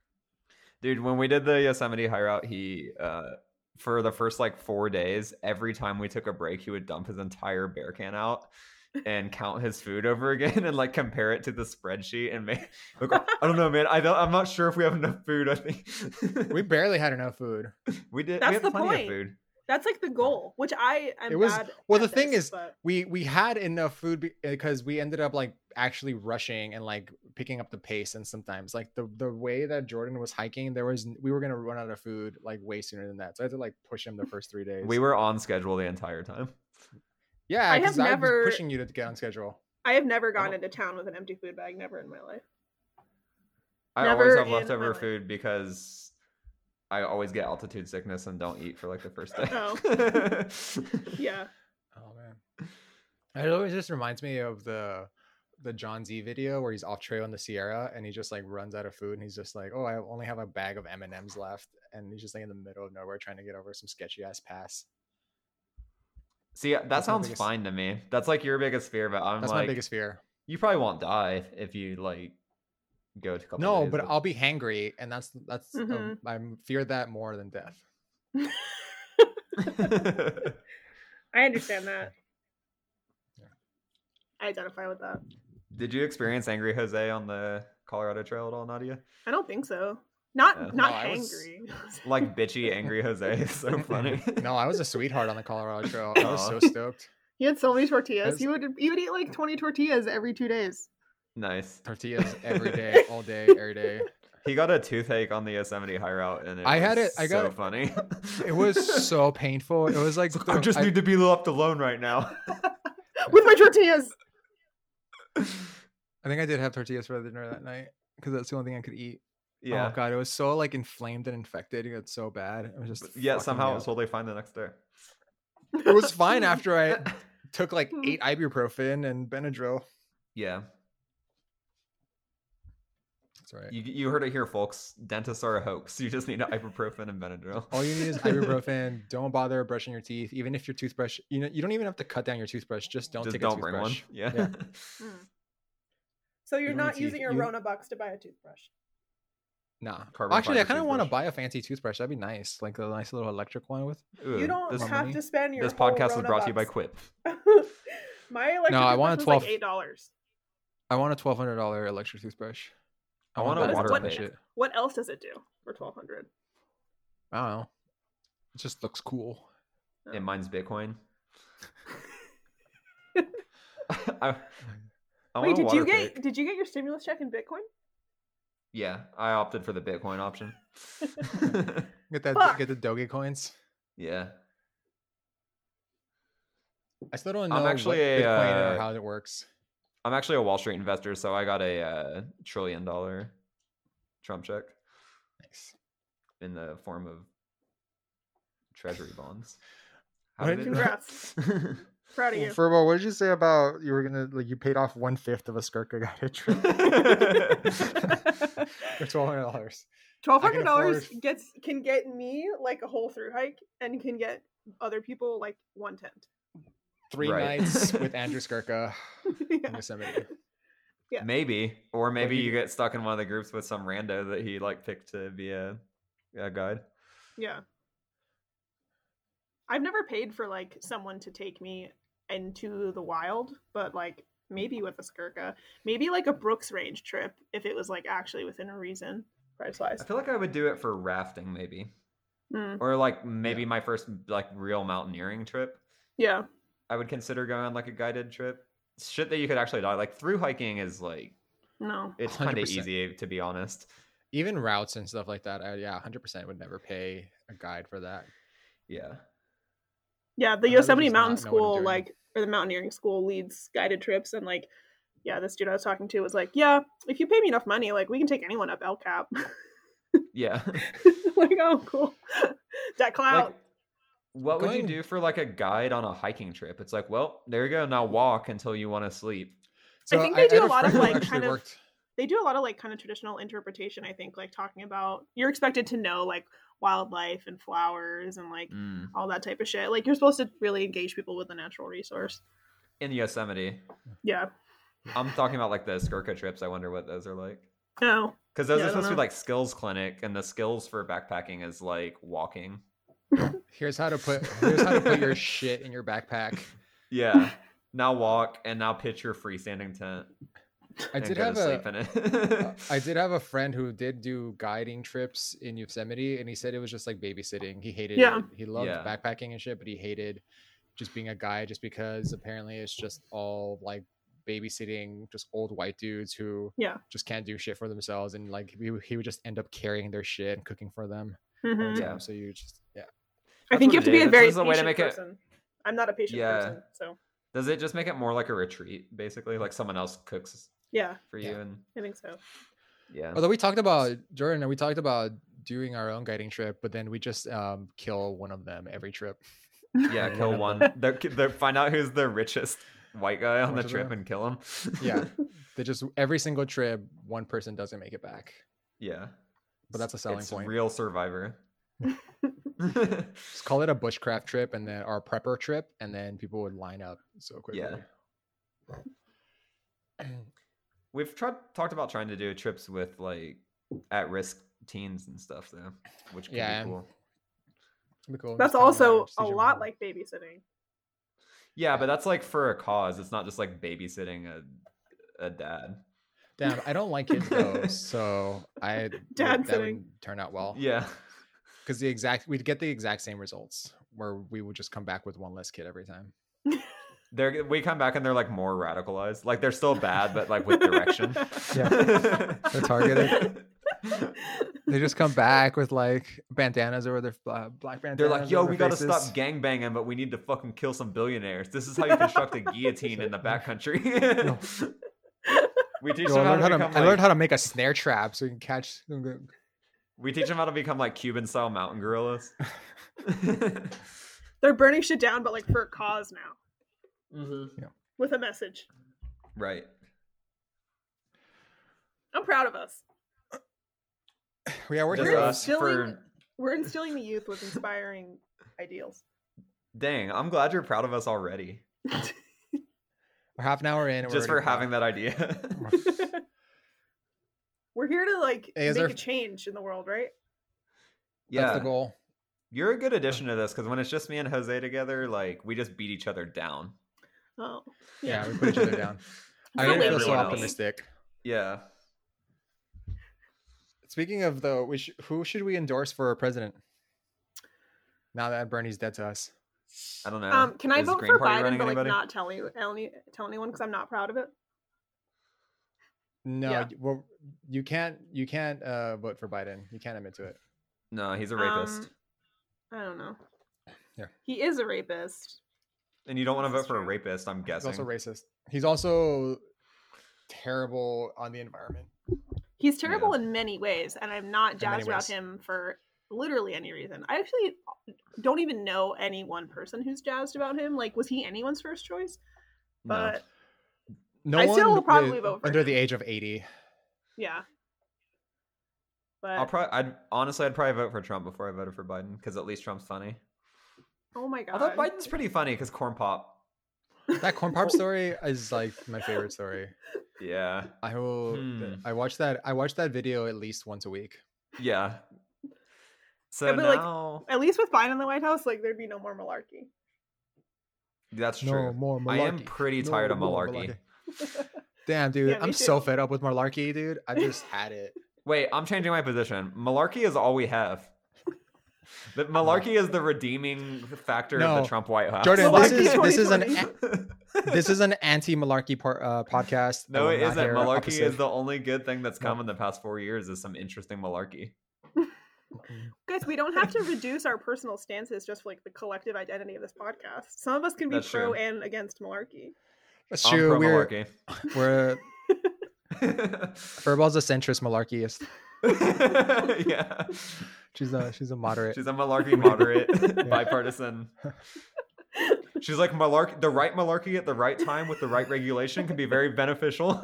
S1: Dude, when we did the Yosemite high route, he uh for the first like four days, every time we took a break, he would dump his entire bear can out and count his food over again and like compare it to the spreadsheet and make like, I don't know, man. I don't I'm not sure if we have enough food. I think
S2: We barely had enough food.
S1: we did
S3: That's
S1: we had
S3: the
S1: plenty
S3: point.
S1: of food.
S3: That's like the goal, which I am
S2: It was-
S3: bad. at
S2: well, the thing
S3: this,
S2: is-
S3: but
S2: we we had enough food be- because we ended up like actually rushing and like picking up the pace and sometimes like the the way that jordan was hiking there was we were gonna run out of food like way sooner than that so i had to like push him the first three days
S1: We were on schedule the entire time.
S2: yeah
S3: I have
S2: 'cause I
S3: never-
S2: was pushing you to get on schedule
S3: I have never gone
S1: don't-
S3: into town with an empty food bag, never in my life.
S1: I
S3: Never
S1: always have
S3: in my
S1: leftover
S3: life.
S1: food because I always get altitude sickness and don't eat for like the first day.
S3: Oh. Yeah,
S2: oh man it always just reminds me of the the john z video where he's off trail in the sierra and he just like runs out of food and he's just like oh i only have a bag of m&ms left and he's just like in the middle of nowhere trying to get over some sketchy ass pass
S1: See, that
S2: That's my
S1: sounds
S2: biggest-
S1: fine to me. That's like your biggest fear, but I'm
S2: that's
S1: like,
S2: my biggest fear
S1: you probably won't die if you like go to a couple.
S2: No,
S1: days
S2: but
S1: with-
S2: I'll be hangry, and that's that's um,
S3: Mhm.
S2: I'm fear that more than death.
S3: I understand that.
S2: Yeah.
S3: I identify with that.
S1: Did you experience Angry Jose on the Colorado Trail at all, Nadia?
S3: I don't think so. Not
S1: Yeah.
S3: not
S2: No, I was-
S3: angry.
S1: Like bitchy Angry Jose is so funny.
S2: no, I was a sweetheart on the Colorado Trail. I was
S1: Aw.
S2: so stoked.
S3: he had so many
S2: I
S3: tortillas.
S2: was-
S3: He would he would eat like twenty tortillas every two days.
S1: nice.
S2: Tortillas every day, all day, every day.
S1: He got a toothache on the Yosemite High Route, and it
S2: I had
S1: was
S2: it- I
S1: so
S2: got-
S1: funny.
S2: It was so painful. It was like
S1: It's like, I
S2: the-
S1: just
S2: I-
S1: need to be left alone right now.
S3: With my tortillas.
S2: Oh, I think I did have tortillas for dinner that night because that's the only thing I could eat.
S1: yeah.
S2: Oh god, it was so like inflamed and infected. It got so bad. It was just
S1: But yet
S2: fucking
S1: somehow it
S2: ill.
S1: was totally fine the next day.
S2: it was fine after I took like eight ibuprofen and Benadryl.
S1: Yeah.
S2: That's all right.
S1: You, you heard it here, folks. Dentists are a hoax. You just need ibuprofen and Benadryl.
S2: All you need is ibuprofen. don't bother brushing your teeth, even if your toothbrush. You know, you don't even have to cut down your toothbrush. Just don't
S1: Just
S2: take
S1: don't
S2: a
S1: bring
S2: toothbrush.
S1: one. Yeah.
S2: Yeah.
S3: Mm. So you're
S2: don't need
S3: not
S2: teeth.
S3: using your
S2: You-
S3: Rona bucks to buy a toothbrush.
S2: Nah.
S1: Carbon
S2: Actually, I
S1: fiber
S2: kind of want to
S1: toothbrush.
S2: buy a fancy toothbrush. That'd be nice, like a nice little electric one with.
S1: Ooh,
S3: you don't
S1: This,
S2: Mama
S3: have
S2: Mia.
S3: to spend your.
S1: this
S3: whole
S1: podcast is
S3: Rona
S1: brought to you by
S3: bucks.
S1: Quip.
S3: My electric
S2: No, I
S3: toothbrush
S2: want a
S3: was
S2: 12
S3: like eight dollars.
S2: I want a twelve hundred dollar electric toothbrush.
S1: I want
S2: wanna
S3: a
S2: buy
S3: water
S2: some
S3: one.
S2: shit.
S3: What else does it do for twelve hundred?
S2: I don't know. It just looks cool.
S1: And mine's Bitcoin. I, I want a
S3: Wait, did
S1: water
S3: you get
S1: pick.
S3: did you get your stimulus check in Bitcoin?
S1: Yeah, I opted for the Bitcoin option.
S2: Get that.
S3: Fuck.
S2: Get the Doge coins.
S1: yeah.
S2: I still don't know
S1: I'm
S2: what
S1: actually a,
S2: Bitcoin or
S1: uh,
S2: how it works.
S1: I'm actually a Wall Street investor, so I got a uh, trillion dollar Trump check
S2: Nice.
S1: in the form of treasury bonds.
S2: What?
S1: did it-
S3: Congrats. Proud of you.
S2: Furbo, what did you say about you were gonna like you paid off one fifth of a skirka got a trip for twelve hundred dollars?
S3: Twelve
S2: I can
S3: hundred dollars
S2: afford-
S3: gets can get me like a whole through hike, and can get other people like one tent.
S2: Three
S1: Right.
S2: nights with Andrew Skirka in
S3: yeah.
S2: Yosemite.
S3: Yeah.
S1: Maybe, or maybe
S2: you
S1: you get stuck in one of the groups with some rando that he like picked to be a, a guide.
S3: yeah, I've never paid for like someone to take me into the wild, but like maybe with a skirka, maybe like a Brooks Range trip if it was like actually within a reason price wise. Hmm.
S1: I feel like I would do it for rafting, maybe, or like maybe my first like real mountaineering trip.
S3: Yeah,
S1: I would consider going on like a guided trip. Shit that you could actually die. Like through hiking is like
S3: no,
S1: it's kind of
S2: 100%.
S1: easy to be honest.
S2: Even routes and stuff like that. I, yeah, hundred percent would never pay a guide for that.
S1: Yeah.
S3: yeah. The
S2: I would
S3: Yosemite
S2: just not
S3: Mountain
S2: know what I'm
S3: School,
S2: doing.
S3: like or the mountaineering school, leads guided trips, and like, yeah, this dude I was talking to was like, yeah, if you pay me enough money, like we can take anyone up El Cap.
S1: Yeah.
S3: like, oh, cool. that clout.
S1: like, what would you
S2: Going-
S1: do for like a guide on a hiking trip? It's like, well, there you go. Now walk until you want to sleep.
S3: think they do
S2: had
S3: a lot of,
S2: friend who
S3: like,
S2: actually
S3: kind of-
S2: worked-
S3: they do a lot of like kind of traditional interpretation. I think like talking about you're expected to know like wildlife and flowers and like
S1: Mm.
S3: all that type of shit. Like you're supposed to really engage people with the natural resource.
S1: In Yosemite,
S3: Yeah.
S1: I'm talking about like the Skirka trips. I wonder what those are like.
S3: No.
S1: Because those
S3: Yeah, I
S1: are
S3: don't
S1: supposed to be
S3: know.
S1: like skills clinic, and the skills for backpacking is like walking.
S2: Here's how to put. Here's how to put your shit in your backpack.
S1: Yeah. now walk, and now pitch your freestanding tent.
S2: I
S1: and
S2: did
S1: go
S2: have
S1: to
S2: a.
S1: sleep in it.
S2: Uh, I did have a friend who did do guiding trips in Yosemite, and he said it was just like babysitting. He hated
S3: Yeah.
S2: it. He loved
S1: Yeah.
S2: backpacking and shit, but he hated just being a guy just because apparently it's just all like babysitting just old white dudes who
S3: Yeah.
S2: just can't do shit for themselves and like he, would- he would just end up carrying their shit and cooking for them all the
S3: Mhm.
S1: Yeah.
S2: time, so you just yeah
S3: I
S1: That's
S3: think
S1: what
S3: you have to
S1: it
S3: be
S1: is.
S3: a
S1: This
S3: very
S1: is a way to
S3: patient
S1: make it-
S3: person. I'm not a patient
S1: Yeah.
S3: person, so
S1: Does it just make it more like a retreat, basically? Like someone else cooks
S3: yeah,
S1: for
S2: Yeah.
S1: you, and
S3: I think so.
S1: yeah.
S2: although we talked about jordan we talked about doing our own guiding trip but then we just um kill one of them every trip
S1: Yeah,
S2: Yeah,
S1: kill
S2: one
S1: one. They're, they're, find out who's the richest white guy on
S2: Which
S1: the
S2: of
S1: trip
S2: them?
S1: and kill him.
S2: yeah they just every single trip one person doesn't make it back
S1: yeah.
S2: But that's a selling
S1: it's
S2: point.
S1: Real survivor.
S2: Just call it a bushcraft trip and then our prepper trip, and then people would line up so quickly.
S1: Yeah. We've tried talked about trying to do trips with like at risk teens and stuff though, which can
S2: Yeah.
S1: be cool.
S2: Be cool.
S3: That's
S2: Just kinda line
S3: also
S2: up, see
S3: a
S2: if you
S3: lot
S2: remember.
S3: like babysitting.
S1: Yeah, but that's like for a cause. It's not just like babysitting a a dad.
S2: Damn, I don't like kids though, so I
S3: Dad
S2: that
S3: sitting.
S2: would turn out well.
S1: Yeah.
S2: because the exact we'd get the exact same results where we would just come back with one less kid every time.
S1: They're we come back and they're like more radicalized. Like they're still bad, but like with direction.
S2: Yeah. They're targeted. They just come back with like bandanas over their uh, black bandanas.
S1: They're like, yo,
S2: over
S1: we gotta
S2: faces."
S1: stop gangbanging, but we need to fucking kill some billionaires. This is how you construct a guillotine in the backcountry. we teach
S2: Yo,
S1: them
S2: I,
S1: how to
S2: learned how to,
S1: become
S2: I
S1: like,
S2: learned how to make a snare trap so you can catch.
S1: we teach them how to become like Cuban style mountain gorillas.
S3: They're burning shit down, but like for a cause now Mm-hmm. with a message.
S1: Right.
S3: I'm proud of us.
S2: Yeah, we're
S1: Just
S3: We're
S2: heroes.
S1: us
S3: instilling-
S1: for-
S3: We're instilling the youth with inspiring ideals.
S1: Dang, I'm glad you're proud of us already.
S2: We're half an hour in. and we're
S1: just for
S2: already proud.
S1: having that idea.
S3: We're here to like
S2: Hey, is
S3: make
S2: there-
S3: a change in the world, right?
S2: That's the
S1: yeah,
S2: goal.
S1: you're a good addition to this because when it's just me and Jose together, like we just beat each other down.
S3: Oh,
S2: Yeah, we put each other down. I
S1: For
S2: didn't feel so
S1: everyone else.
S2: optimistic.
S1: Yeah.
S2: Speaking of though, we sh- who should we endorse for president? Now that Bernie's dead to us,
S1: I don't know.
S3: Um, can I
S1: Is
S3: vote
S1: Green
S3: for
S1: Party
S3: Biden
S1: running
S3: but like
S1: anybody?
S3: not tell any, any tell anyone because I'm not proud of it?
S2: no,
S3: Yeah.
S2: y- well, you can't, you can't uh, vote for Biden. You can't admit to it.
S1: No, he's a
S3: Um,
S1: rapist.
S3: I don't know.
S2: Yeah.
S3: He is a rapist.
S1: and you don't want to
S3: this is
S1: vote for a
S3: true.
S1: rapist, I'm
S2: He's
S1: guessing.
S2: also racist. He's also terrible on the environment.
S3: He's terrible in many ways, and I'm not
S2: many
S3: jazzed about
S2: ways.
S3: him for literally any reason. I actually don't even know any one person who's jazzed about him. Like, was he anyone's first choice?
S1: No.
S3: But
S2: No
S3: I
S2: one
S3: still will probably
S2: with-
S3: vote for
S2: under
S3: him.
S2: the age of eighty.
S3: yeah.
S1: I'll
S3: But
S1: probably, I'd honestly, I'd probably vote for Trump before I voted for Biden because at least Trump's funny.
S3: oh my god,
S1: Although Biden's pretty funny because corn pop.
S2: That corn pop story is like my favorite story.
S1: Yeah,
S2: I will.
S1: Hmm.
S2: I watch that. I watch that video at least once a week.
S1: yeah. So
S3: Yeah, but, like,
S1: now
S3: At least with Biden in the White House, like there'd be no more malarkey.
S1: that's true.
S2: more
S1: I am pretty tired of malarkey.
S2: Damn, dude,
S3: Yeah, me
S2: I'm so
S3: too.
S2: fed up with malarkey, dude. I just had it.
S1: Wait, I'm changing my position. Malarkey is all we have. The malarkey is the redeeming factor of
S2: No.
S1: the Trump White House.
S2: Jordan,
S3: Malarkey
S2: this is this is an
S3: 2020.
S2: a- this is an anti-malarkey par- uh, podcast. I
S1: no,
S2: will
S1: it
S2: not
S1: isn't.
S2: hear
S1: Malarkey
S2: opposite.
S1: is the only good thing that's
S2: No.
S1: come in the past four years is some interesting malarkey.
S3: Guys, we don't have to reduce our personal stances just for, like the collective identity of this podcast. Some of us can be
S1: That's
S3: pro
S1: true.
S3: and against malarkey.
S2: That's
S1: I'm
S2: true.
S1: pro
S2: Uh, We're
S1: malarkey.
S2: we're Furball's a centrist malarkeyist.
S1: yeah.
S2: She's a she's a moderate.
S1: She's a malarkey moderate,
S2: Yeah.
S1: bipartisan. She's like malarkey. The right malarkey at the right time with the right regulation can be very beneficial.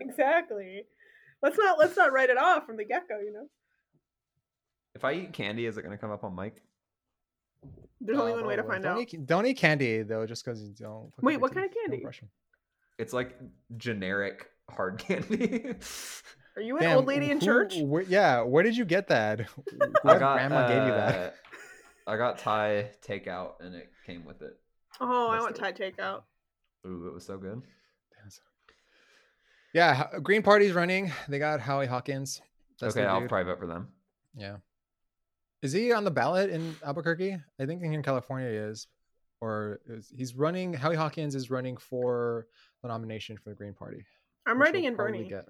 S3: exactly. Let's not let's not write it off from the get go. You know,
S1: if I eat candy, is it going to come up on mic?
S3: there's only
S2: Uh,
S3: one way to
S2: probably.
S3: find
S2: don't
S3: out.
S2: Eat, don't eat candy though, just because you don't. fucking
S3: Wait,
S2: eat
S3: what kind of
S2: Don't
S3: candy?
S2: brush 'em.
S1: It's like generic hard candy.
S3: Are you an
S2: Damn,
S3: old lady in
S2: who-
S3: church?
S2: where- yeah, where did you get that? What grandma gave you that?
S1: uh, I got Thai takeout and it came with it.
S3: Oh, I
S1: that's
S3: want
S1: the-
S3: Thai takeout.
S1: Ooh, it was so good.
S2: Yeah, H- Green Party's running. They got Howie Hawkins. That's
S1: okay,
S2: their
S1: I'll
S2: dude.
S1: probably vote for them.
S2: yeah. Is he on the ballot in Albuquerque? I think in California he is, or is, he's running. Howie Hawkins is running for the nomination for the Green Party.
S3: I'm
S2: which
S3: writing
S2: he'll
S3: in
S2: probably
S3: Bernie.
S2: get.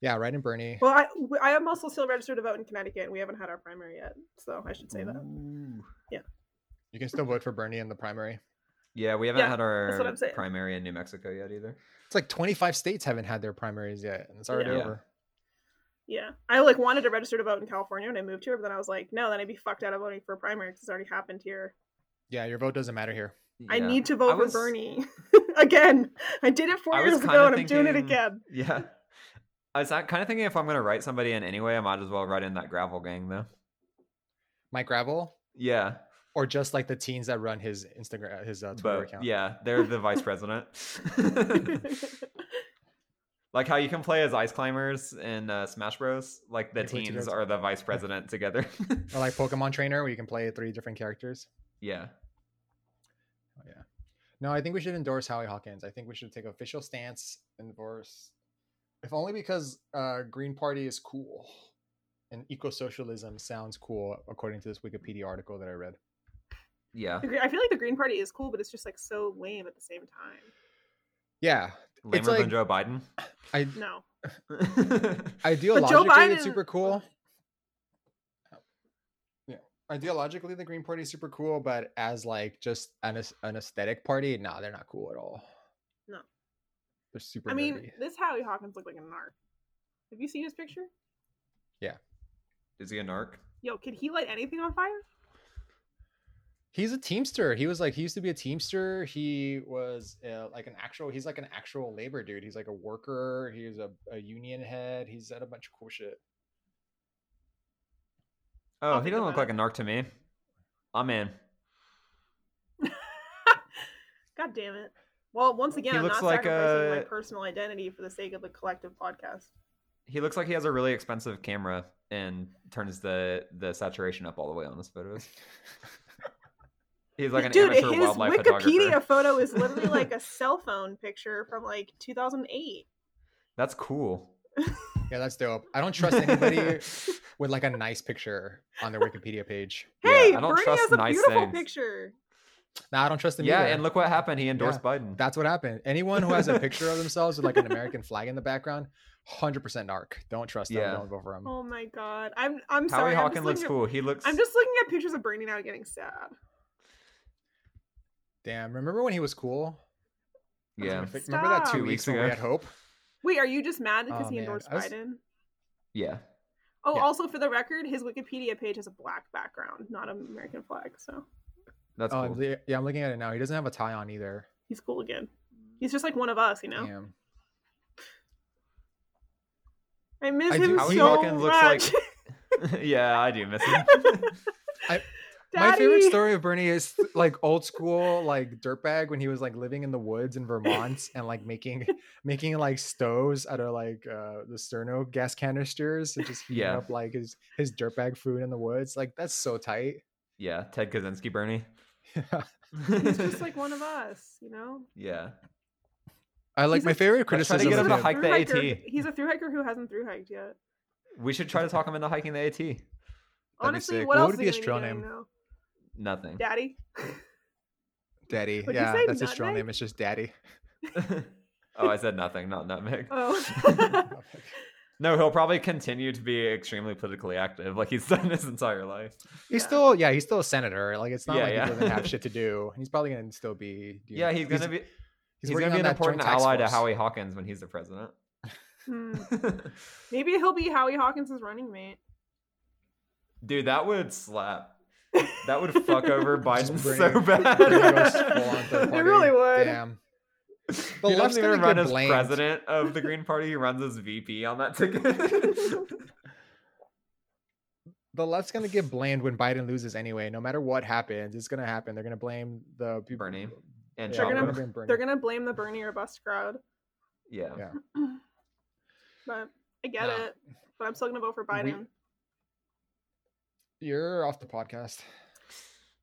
S2: Yeah, right in Bernie.
S3: Well, I w- I am also still registered to vote in Connecticut. and We haven't had our primary yet, so I should say
S1: Mm-hmm.
S3: that.
S1: Ooh.
S2: You can still vote for Bernie in the primary.
S1: Yeah, we haven't
S3: Yeah,
S1: had
S3: what
S1: our
S3: I'm saying.
S1: primary in New Mexico yet either.
S2: It's like 25 states haven't had their primaries yet, and it's already
S1: Yeah. Yeah.
S2: over.
S3: Yeah, I like wanted to register to vote in California when I moved here, but then I was like, no, then I'd be fucked out of voting for a primary because it's already happened here.
S2: Yeah, your vote doesn't matter here.
S3: I
S1: Yeah.
S3: need to vote
S1: I was-
S3: for Bernie again. I did it four
S1: I was
S3: years
S1: kinda
S3: ago, and I'm doing it
S1: thinking-
S3: again.
S1: Yeah. I was kind of thinking if I'm going to write somebody in anyway, I might as well write in that gravel gang though.
S2: Mike Gravel,
S1: Yeah,
S2: or just like the teens that run his Instagram, his uh, Twitter
S1: but
S2: account.
S1: yeah, they're the vice president. like how you can play as ice climbers in uh, Smash Bros. Like the
S2: You play
S1: teens
S2: together.
S1: are the vice president together.
S2: Or like Pokemon Trainer, where you can play three different characters.
S1: yeah,
S2: No, I think we should endorse Howie Hawkins. I think we should take official stance and endorse, if only because uh, Green Party is cool, and eco-socialism sounds cool according to this Wikipedia article that I read.
S1: yeah.
S3: The Gre- I feel like the Green Party is cool, but it's just like so lame at the same time.
S2: Yeah,
S1: Lamer
S2: like-
S1: than Joe Biden.
S2: I
S3: No,
S2: ideologically it's
S3: Biden-
S2: super cool. Yeah, ideologically the Green Party is super cool, but as like just an aes- an aesthetic party, nah, they're not cool at all.
S3: No.
S2: they're super.
S3: I mean
S2: nerdy.
S3: this Howie Hawkins looked like a narc. Have you seen his picture?
S1: Is he a narc?
S3: Yo, could he light anything on fire?
S2: He's a teamster. He was like he used to be a teamster. He was uh, like an actual. He's like an actual labor dude. He's like a worker. He's a, a union head. He's done a bunch of cool shit.
S3: I'll
S1: Oh, he
S3: think
S1: doesn't look
S3: about
S1: like a narc to me. I'm in.
S3: God damn it. Well, once again,
S1: He
S3: I'm
S1: looks
S3: not
S1: like
S3: sacrificing my
S1: a-
S3: personal identity for the sake of the collective podcast.
S1: He looks like he has a really expensive camera and turns the the saturation up all the way on his photos. He's like an
S3: Dude, his
S1: amateur wildlife
S3: Wikipedia
S1: photographer.
S3: photo is literally like a cell phone picture from like 2008.
S1: That's cool.
S2: Yeah, that's dope. I don't trust anybody with like a nice picture on their Wikipedia page.
S1: Yeah,
S3: Hey,
S1: I don't
S3: Bernie
S1: trust
S3: has a
S1: nice
S3: beautiful
S1: things.
S3: picture.
S2: Nah, I don't trust them.
S1: yeah,
S2: either.
S1: and look what happened. He endorsed Biden.
S2: That's what happened. Anyone who has a picture of themselves with like an American flag in the background, hundred percent narc. Don't trust them.
S1: Yeah.
S2: Don't vote for them.
S3: Oh my god. I'm I'm
S1: Howie
S3: sorry. I'm
S1: Hawken
S3: just
S1: looks
S3: looking at-
S1: cool. He looks.
S3: I'm just looking at pictures of Bernie now getting sad.
S2: Damn. Remember when he was cool?
S1: yeah,
S2: Remember that two
S3: Stop.
S2: weeks ago? we had hope.
S3: Wait, are you just mad because
S2: Oh,
S3: he
S2: man,
S3: endorsed
S2: I was-
S3: Biden?
S1: yeah.
S3: Oh,
S2: Yeah.
S3: also for the record, his Wikipedia page has a black background, not an American flag, so
S1: That's
S2: oh,
S1: cool.
S2: yeah, yeah, I'm looking at it now. He doesn't have a tie on either.
S3: he's cool again. He's just like one of us, you know.
S2: Damn.
S3: I miss
S2: I do-
S3: him
S2: Howie
S3: so
S1: Hawken looks like-
S3: much.
S1: yeah, I do miss him.
S2: My favorite
S3: Daddy!
S2: story of Bernie is like old school, like dirtbag when he was like living in the woods in Vermont and like making making like stoves out of like uh the Sterno gas canisters and just heating
S1: Yeah.
S2: up like his his dirtbag food in the woods. Like that's so tight.
S1: yeah, Ted Kaczynski, Bernie.
S3: He's just like one of us, you know.
S1: yeah,
S2: I like
S3: He's
S2: my
S3: a-
S2: favorite
S1: Let's try
S2: criticism.
S1: to get him
S2: of
S1: to
S2: him-
S1: hike the
S3: thru-hiker-
S1: AT.
S3: He's a through hiker who hasn't through hiked yet.
S1: we should try to talk him into hiking the AT.
S3: Honestly,
S2: sick.
S3: what
S2: What
S3: else
S2: would
S3: is
S2: be
S3: he
S2: his
S3: gonna be
S2: trail
S3: doing
S2: name?
S3: now?
S1: Nothing.
S3: Daddy.
S2: Daddy.
S3: What'd you
S2: yeah,
S3: say,
S2: that's his strong
S3: nutmeg?
S2: name. It's just Daddy.
S1: oh, I said nothing. Not nutmeg.
S3: Oh.
S1: No, he'll probably continue to be extremely politically active, like he's done his entire life.
S2: He's
S3: Yeah.
S2: still, yeah, he's still a senator. Like it's not
S1: Yeah,
S2: like
S1: yeah.
S2: he doesn't have shit to do. He's probably gonna still be. doing-
S1: Yeah, he's gonna be he's, gonna
S2: working
S1: be an
S2: on that joint
S1: important
S2: tax
S1: ally to
S2: force.
S1: Howie Hawkins when he's the president.
S3: Hmm. Maybe he'll be Howie Hawkins' running mate.
S1: Dude, that would slap. That would fuck over Biden
S2: bring
S1: so
S2: it- bring it goes full on
S1: bad.
S3: It really would.
S2: Damn. The
S1: He
S2: left's
S1: doesn't even
S2: gonna
S1: run
S2: get
S1: as
S2: blamed.
S1: president of the Green Party. He runs as VP on that ticket.
S2: The left's gonna get blamed when Biden loses anyway. No matter what happens, it's gonna happen. They're gonna blame the people.
S1: Bernie and
S2: Yeah,
S3: They're gonna-
S1: Chavo.
S2: blame Bernie.
S3: They're gonna blame the Bernie or bust crowd,
S1: Yeah.
S2: Yeah.
S3: but I get
S2: No.
S3: it. But I'm still gonna vote for Biden.
S2: You're off the podcast.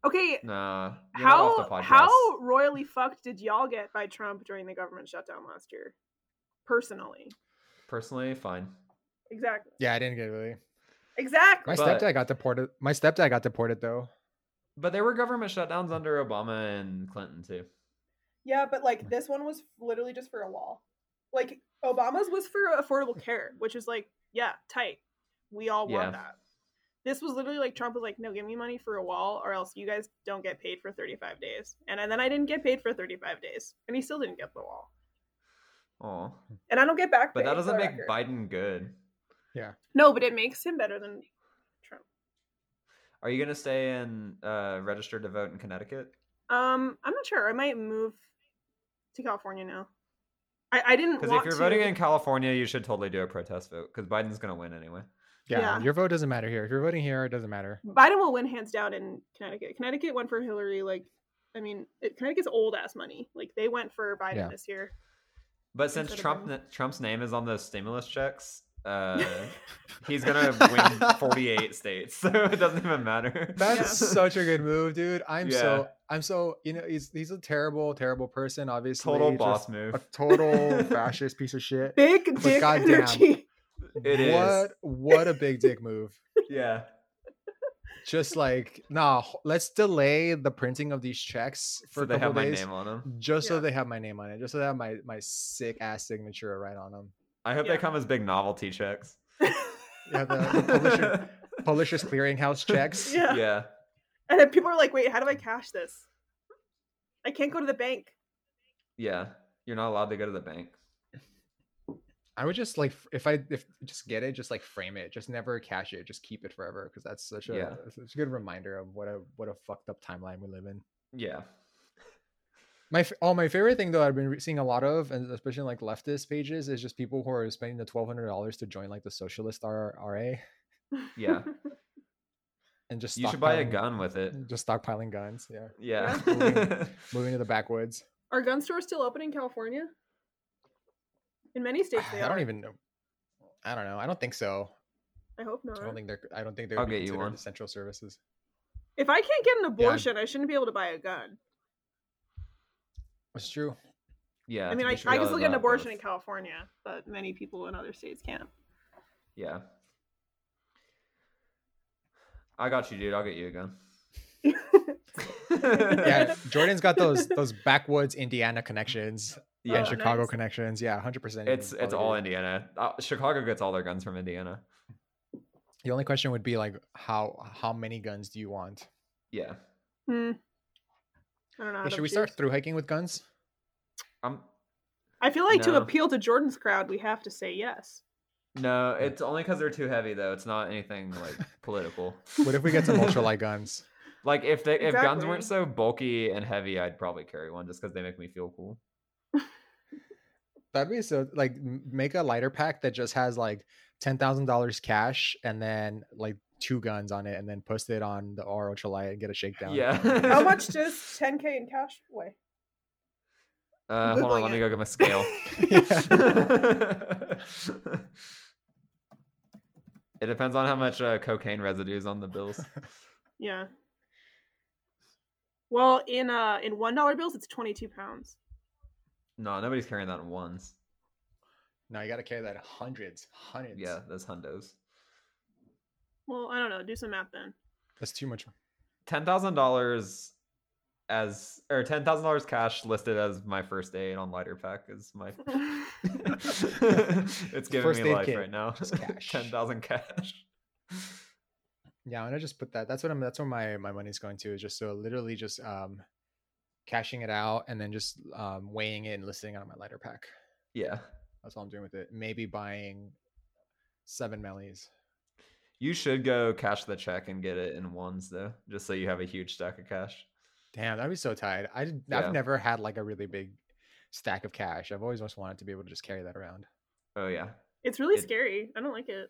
S3: Okay,
S1: Nah. you're not off the
S3: how
S1: podcast.
S3: how royally fucked did y'all get by Trump during the government shutdown last year? Personally,
S1: Personally, fine.
S3: exactly,
S2: Yeah, I didn't get it really.
S3: exactly.
S2: My
S1: But-
S2: stepdad got deported. My stepdad got deported though.
S1: But there were government shutdowns under Obama and Clinton too.
S3: Yeah, but like this one was literally just for a wall. Like Obama's was for affordable care, which is like, yeah, tight. We all want
S1: Yeah.
S3: that. This was literally like Trump was like, no, give me money for a wall, or else you guys don't get paid for 35 days. And, and then I didn't get paid for 35 days, and he still didn't get the wall.
S1: Oh,
S3: And I don't get back.
S1: but
S3: pay,
S1: that
S3: for
S1: doesn't
S3: the
S1: make
S3: record.
S1: Biden good.
S3: No, but it makes him better than Trump.
S1: Are you gonna stay and uh, register to vote in Connecticut?
S3: Um, I'm not sure. I might move to California now. I, I didn't
S1: Because
S3: want
S1: if you're
S3: to.
S1: voting in California, you should totally do a protest vote. Because Biden's gonna win anyway.
S2: Yeah,
S3: Yeah.
S2: your vote doesn't matter here. If you're voting here, it doesn't matter.
S3: Biden will win hands down in Connecticut. Connecticut went for Hillary. Like, I mean, it, Connecticut's old ass money. Like, they went for Biden
S2: Yeah.
S3: this year.
S1: But since
S3: Instead of
S1: Trump
S3: Biden.
S1: Trump's name is on those stimulus checks, uh, he's gonna win 48 states, so it doesn't even matter.
S2: That's
S3: Yeah.
S2: such a good move, dude. I'm
S1: Yeah.
S2: so I'm so you know he's he's a terrible terrible person. Obviously,
S1: total
S2: just
S1: boss move.
S2: a total fascist piece of shit.
S3: Big dick
S2: goddamn.
S3: energy.
S1: It is.
S2: what what a big dick move.
S1: Yeah.
S2: Just like nah, h- let's delay the printing of these checks for
S1: so
S2: a
S1: they
S2: couple
S1: have my
S2: days.
S1: name on them.
S2: Just so
S3: Yeah.
S2: they have my name on it, just so they have my my sick ass signature right on them.
S1: I hope
S3: Yeah.
S1: they come as big novelty checks.
S2: Yeah, the, the publisher, publishers clearinghouse checks.
S3: Yeah.
S1: yeah.
S3: And then people are like, wait, how do I cash this? I can't go to the bank.
S1: Yeah. You're not allowed to go to the bank.
S2: I would just like f- if I if just get it, just like frame it, just never cash it, just keep it forever because that's such a uh,
S1: Yeah.
S2: such a good reminder of what a what a fucked up timeline we live in.
S1: Yeah.
S2: My f- all my favorite thing though I've been re- seeing a lot of, and especially like leftist pages, is just people who are spending the twelve hundred dollars to join like the socialist RRA
S1: Yeah.
S2: and just
S1: You should buy a
S2: stockpiling-
S1: gun with it.
S2: just stockpiling guns. Yeah,
S1: Yeah.
S2: Yeah. moving to the backwoods.
S3: Are gun stores still open in California? In many states they
S2: I
S3: are.
S2: don't even know. I don't know. I don't think so.
S3: I hope not.
S2: I don't think they're. I don't think they're.
S1: I'll get you one.
S2: Central services.
S3: If I can't get an abortion, I shouldn't be able to buy a gun.
S2: That's true.
S1: yeah.
S3: I mean,
S1: we
S3: I,
S1: should be
S3: I can
S1: able
S3: still
S1: to
S3: get an
S1: have
S3: abortion
S1: both.
S3: in California, but many people in other states can't.
S1: Yeah. I got you, dude. I'll get you a gun.
S3: Hmm.
S2: Yeah, Jordan's got those those backwoods Indiana connections
S1: Yeah.
S2: and
S3: Oh,
S2: Chicago
S3: nice.
S2: connections. Yeah, hundred percent.
S1: It's it's all Indiana. Uh, Chicago gets all their guns from Indiana.
S2: The only question would be like how how many guns do you want?
S1: Yeah.
S3: Hmm. I don't know. how
S2: Hey,
S3: to
S2: should we
S3: choose.
S2: start through hiking with guns?
S1: I'm
S3: I feel like
S1: No.
S3: to appeal to Jordan's crowd, we have to say yes.
S1: no, it's only because they're too heavy though. It's not anything like political.
S2: What if we get some ultralight guns?
S1: Like if they if guns
S3: Exactly.
S1: weren't so bulky and heavy, I'd probably carry one just because they make me feel cool.
S2: That'd be so like m- make a lighter pack that just has like ten thousand dollars cash and then like two guns on it and then post it on the R ultralight and get a shakedown.
S1: Yeah.
S3: How much does 10k in cash weigh?
S1: Uh, hold on,
S3: Googling
S1: let me
S3: it.
S1: go get my scale. it depends on how much uh, cocaine residue is on the bills.
S3: Yeah. Well, in uh in one dollar bills, it's 22 pounds.
S1: No, nobody's carrying that in ones.
S2: No, you gotta carry that hundreds, hundreds.
S1: Yeah, those hundos.
S3: Well, I don't know. Do some math then.
S2: that's too much.
S1: Ten thousand dollars as or ten thousand dollars cash listed as my first aid on lighter pack is my. it's giving
S2: First
S1: me
S2: aid
S1: life
S2: kit,
S1: right now.
S2: just cash.
S1: Ten thousand cash.
S2: Yeah, I'm gonna just put that. That's what I'm. That's where my my money's going to. Is just so literally just um, cashing it out and then just um weighing it and listing it on my lighter pack.
S1: Yeah,
S2: That's all I'm doing with it. Maybe buying seven mellies.
S1: you should go cash the check and get it in ones though, just so you have a huge stack of cash.
S2: Damn, that'd be so tight. I did-
S1: Yeah.
S2: I've never had like a really big stack of cash. I've always just wanted to be able to just carry that around.
S1: Oh yeah,
S3: It's really
S1: It-
S3: scary. I don't like it.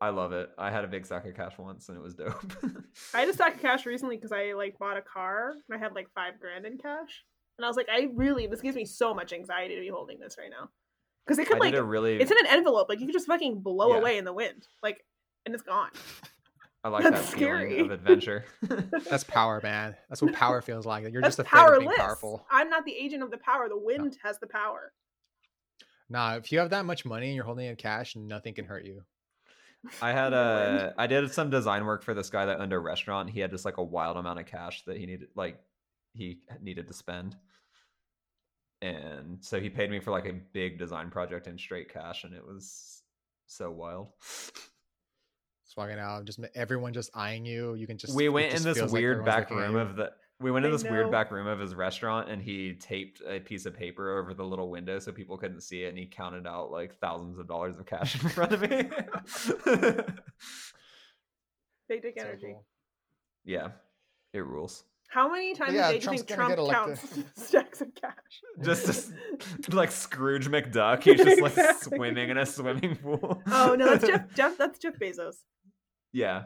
S1: I love it. I had a big stack of cash once and it was dope.
S3: I had a stack of cash recently because I like bought a car and I had like five grand in cash, and I was like, I really this gives me so much anxiety to be holding this right now, because it
S1: I
S3: could like
S1: did a really.
S3: it's in an envelope, like you could just fucking blow
S1: Yeah.
S3: away in the wind, like, and it's gone.
S1: I like
S3: that's
S1: that feeling
S3: scary.
S1: of adventure.
S2: That's power, man. That's what power feels like. You're
S3: That's
S2: just afraid of being
S3: powerless.
S2: powerful.
S3: I'm not the agent of the power. The wind has the power.
S2: Nah, if you have that much money and you're holding it in cash, nothing can hurt you.
S1: I had
S3: Neverland.
S1: a I did some design work for this guy that owned a restaurant. He had just like a wild amount of cash that he needed like he needed to spend. And so he paid me for like a big design project in straight cash and it was so wild.
S2: Just walking out, uh, just ma- everyone just eyeing you. You can just.
S1: we
S2: it
S1: went in
S2: just
S1: this
S2: feels like
S1: weird
S2: everyone's
S1: back
S2: looking at
S1: room
S2: you.
S1: of the we went in
S3: I
S1: this weird
S3: know.
S1: back room of his restaurant and he taped a piece of paper over the little window so people couldn't see it and he counted out like thousands of dollars of cash in front of me.
S3: Big dick
S2: So
S3: energy.
S2: cool.
S1: yeah. It rules.
S3: How many times
S2: yeah,
S3: a day do you
S2: Trump's
S3: think
S2: gonna
S3: Trump
S2: get
S3: counts
S2: elected.
S3: stacks of cash?
S1: just s- like Scrooge McDuck. He's just like
S3: Exactly.
S1: swimming in a swimming pool.
S3: Oh no, that's Jeff. Jeff, that's Jeff Bezos.
S1: yeah,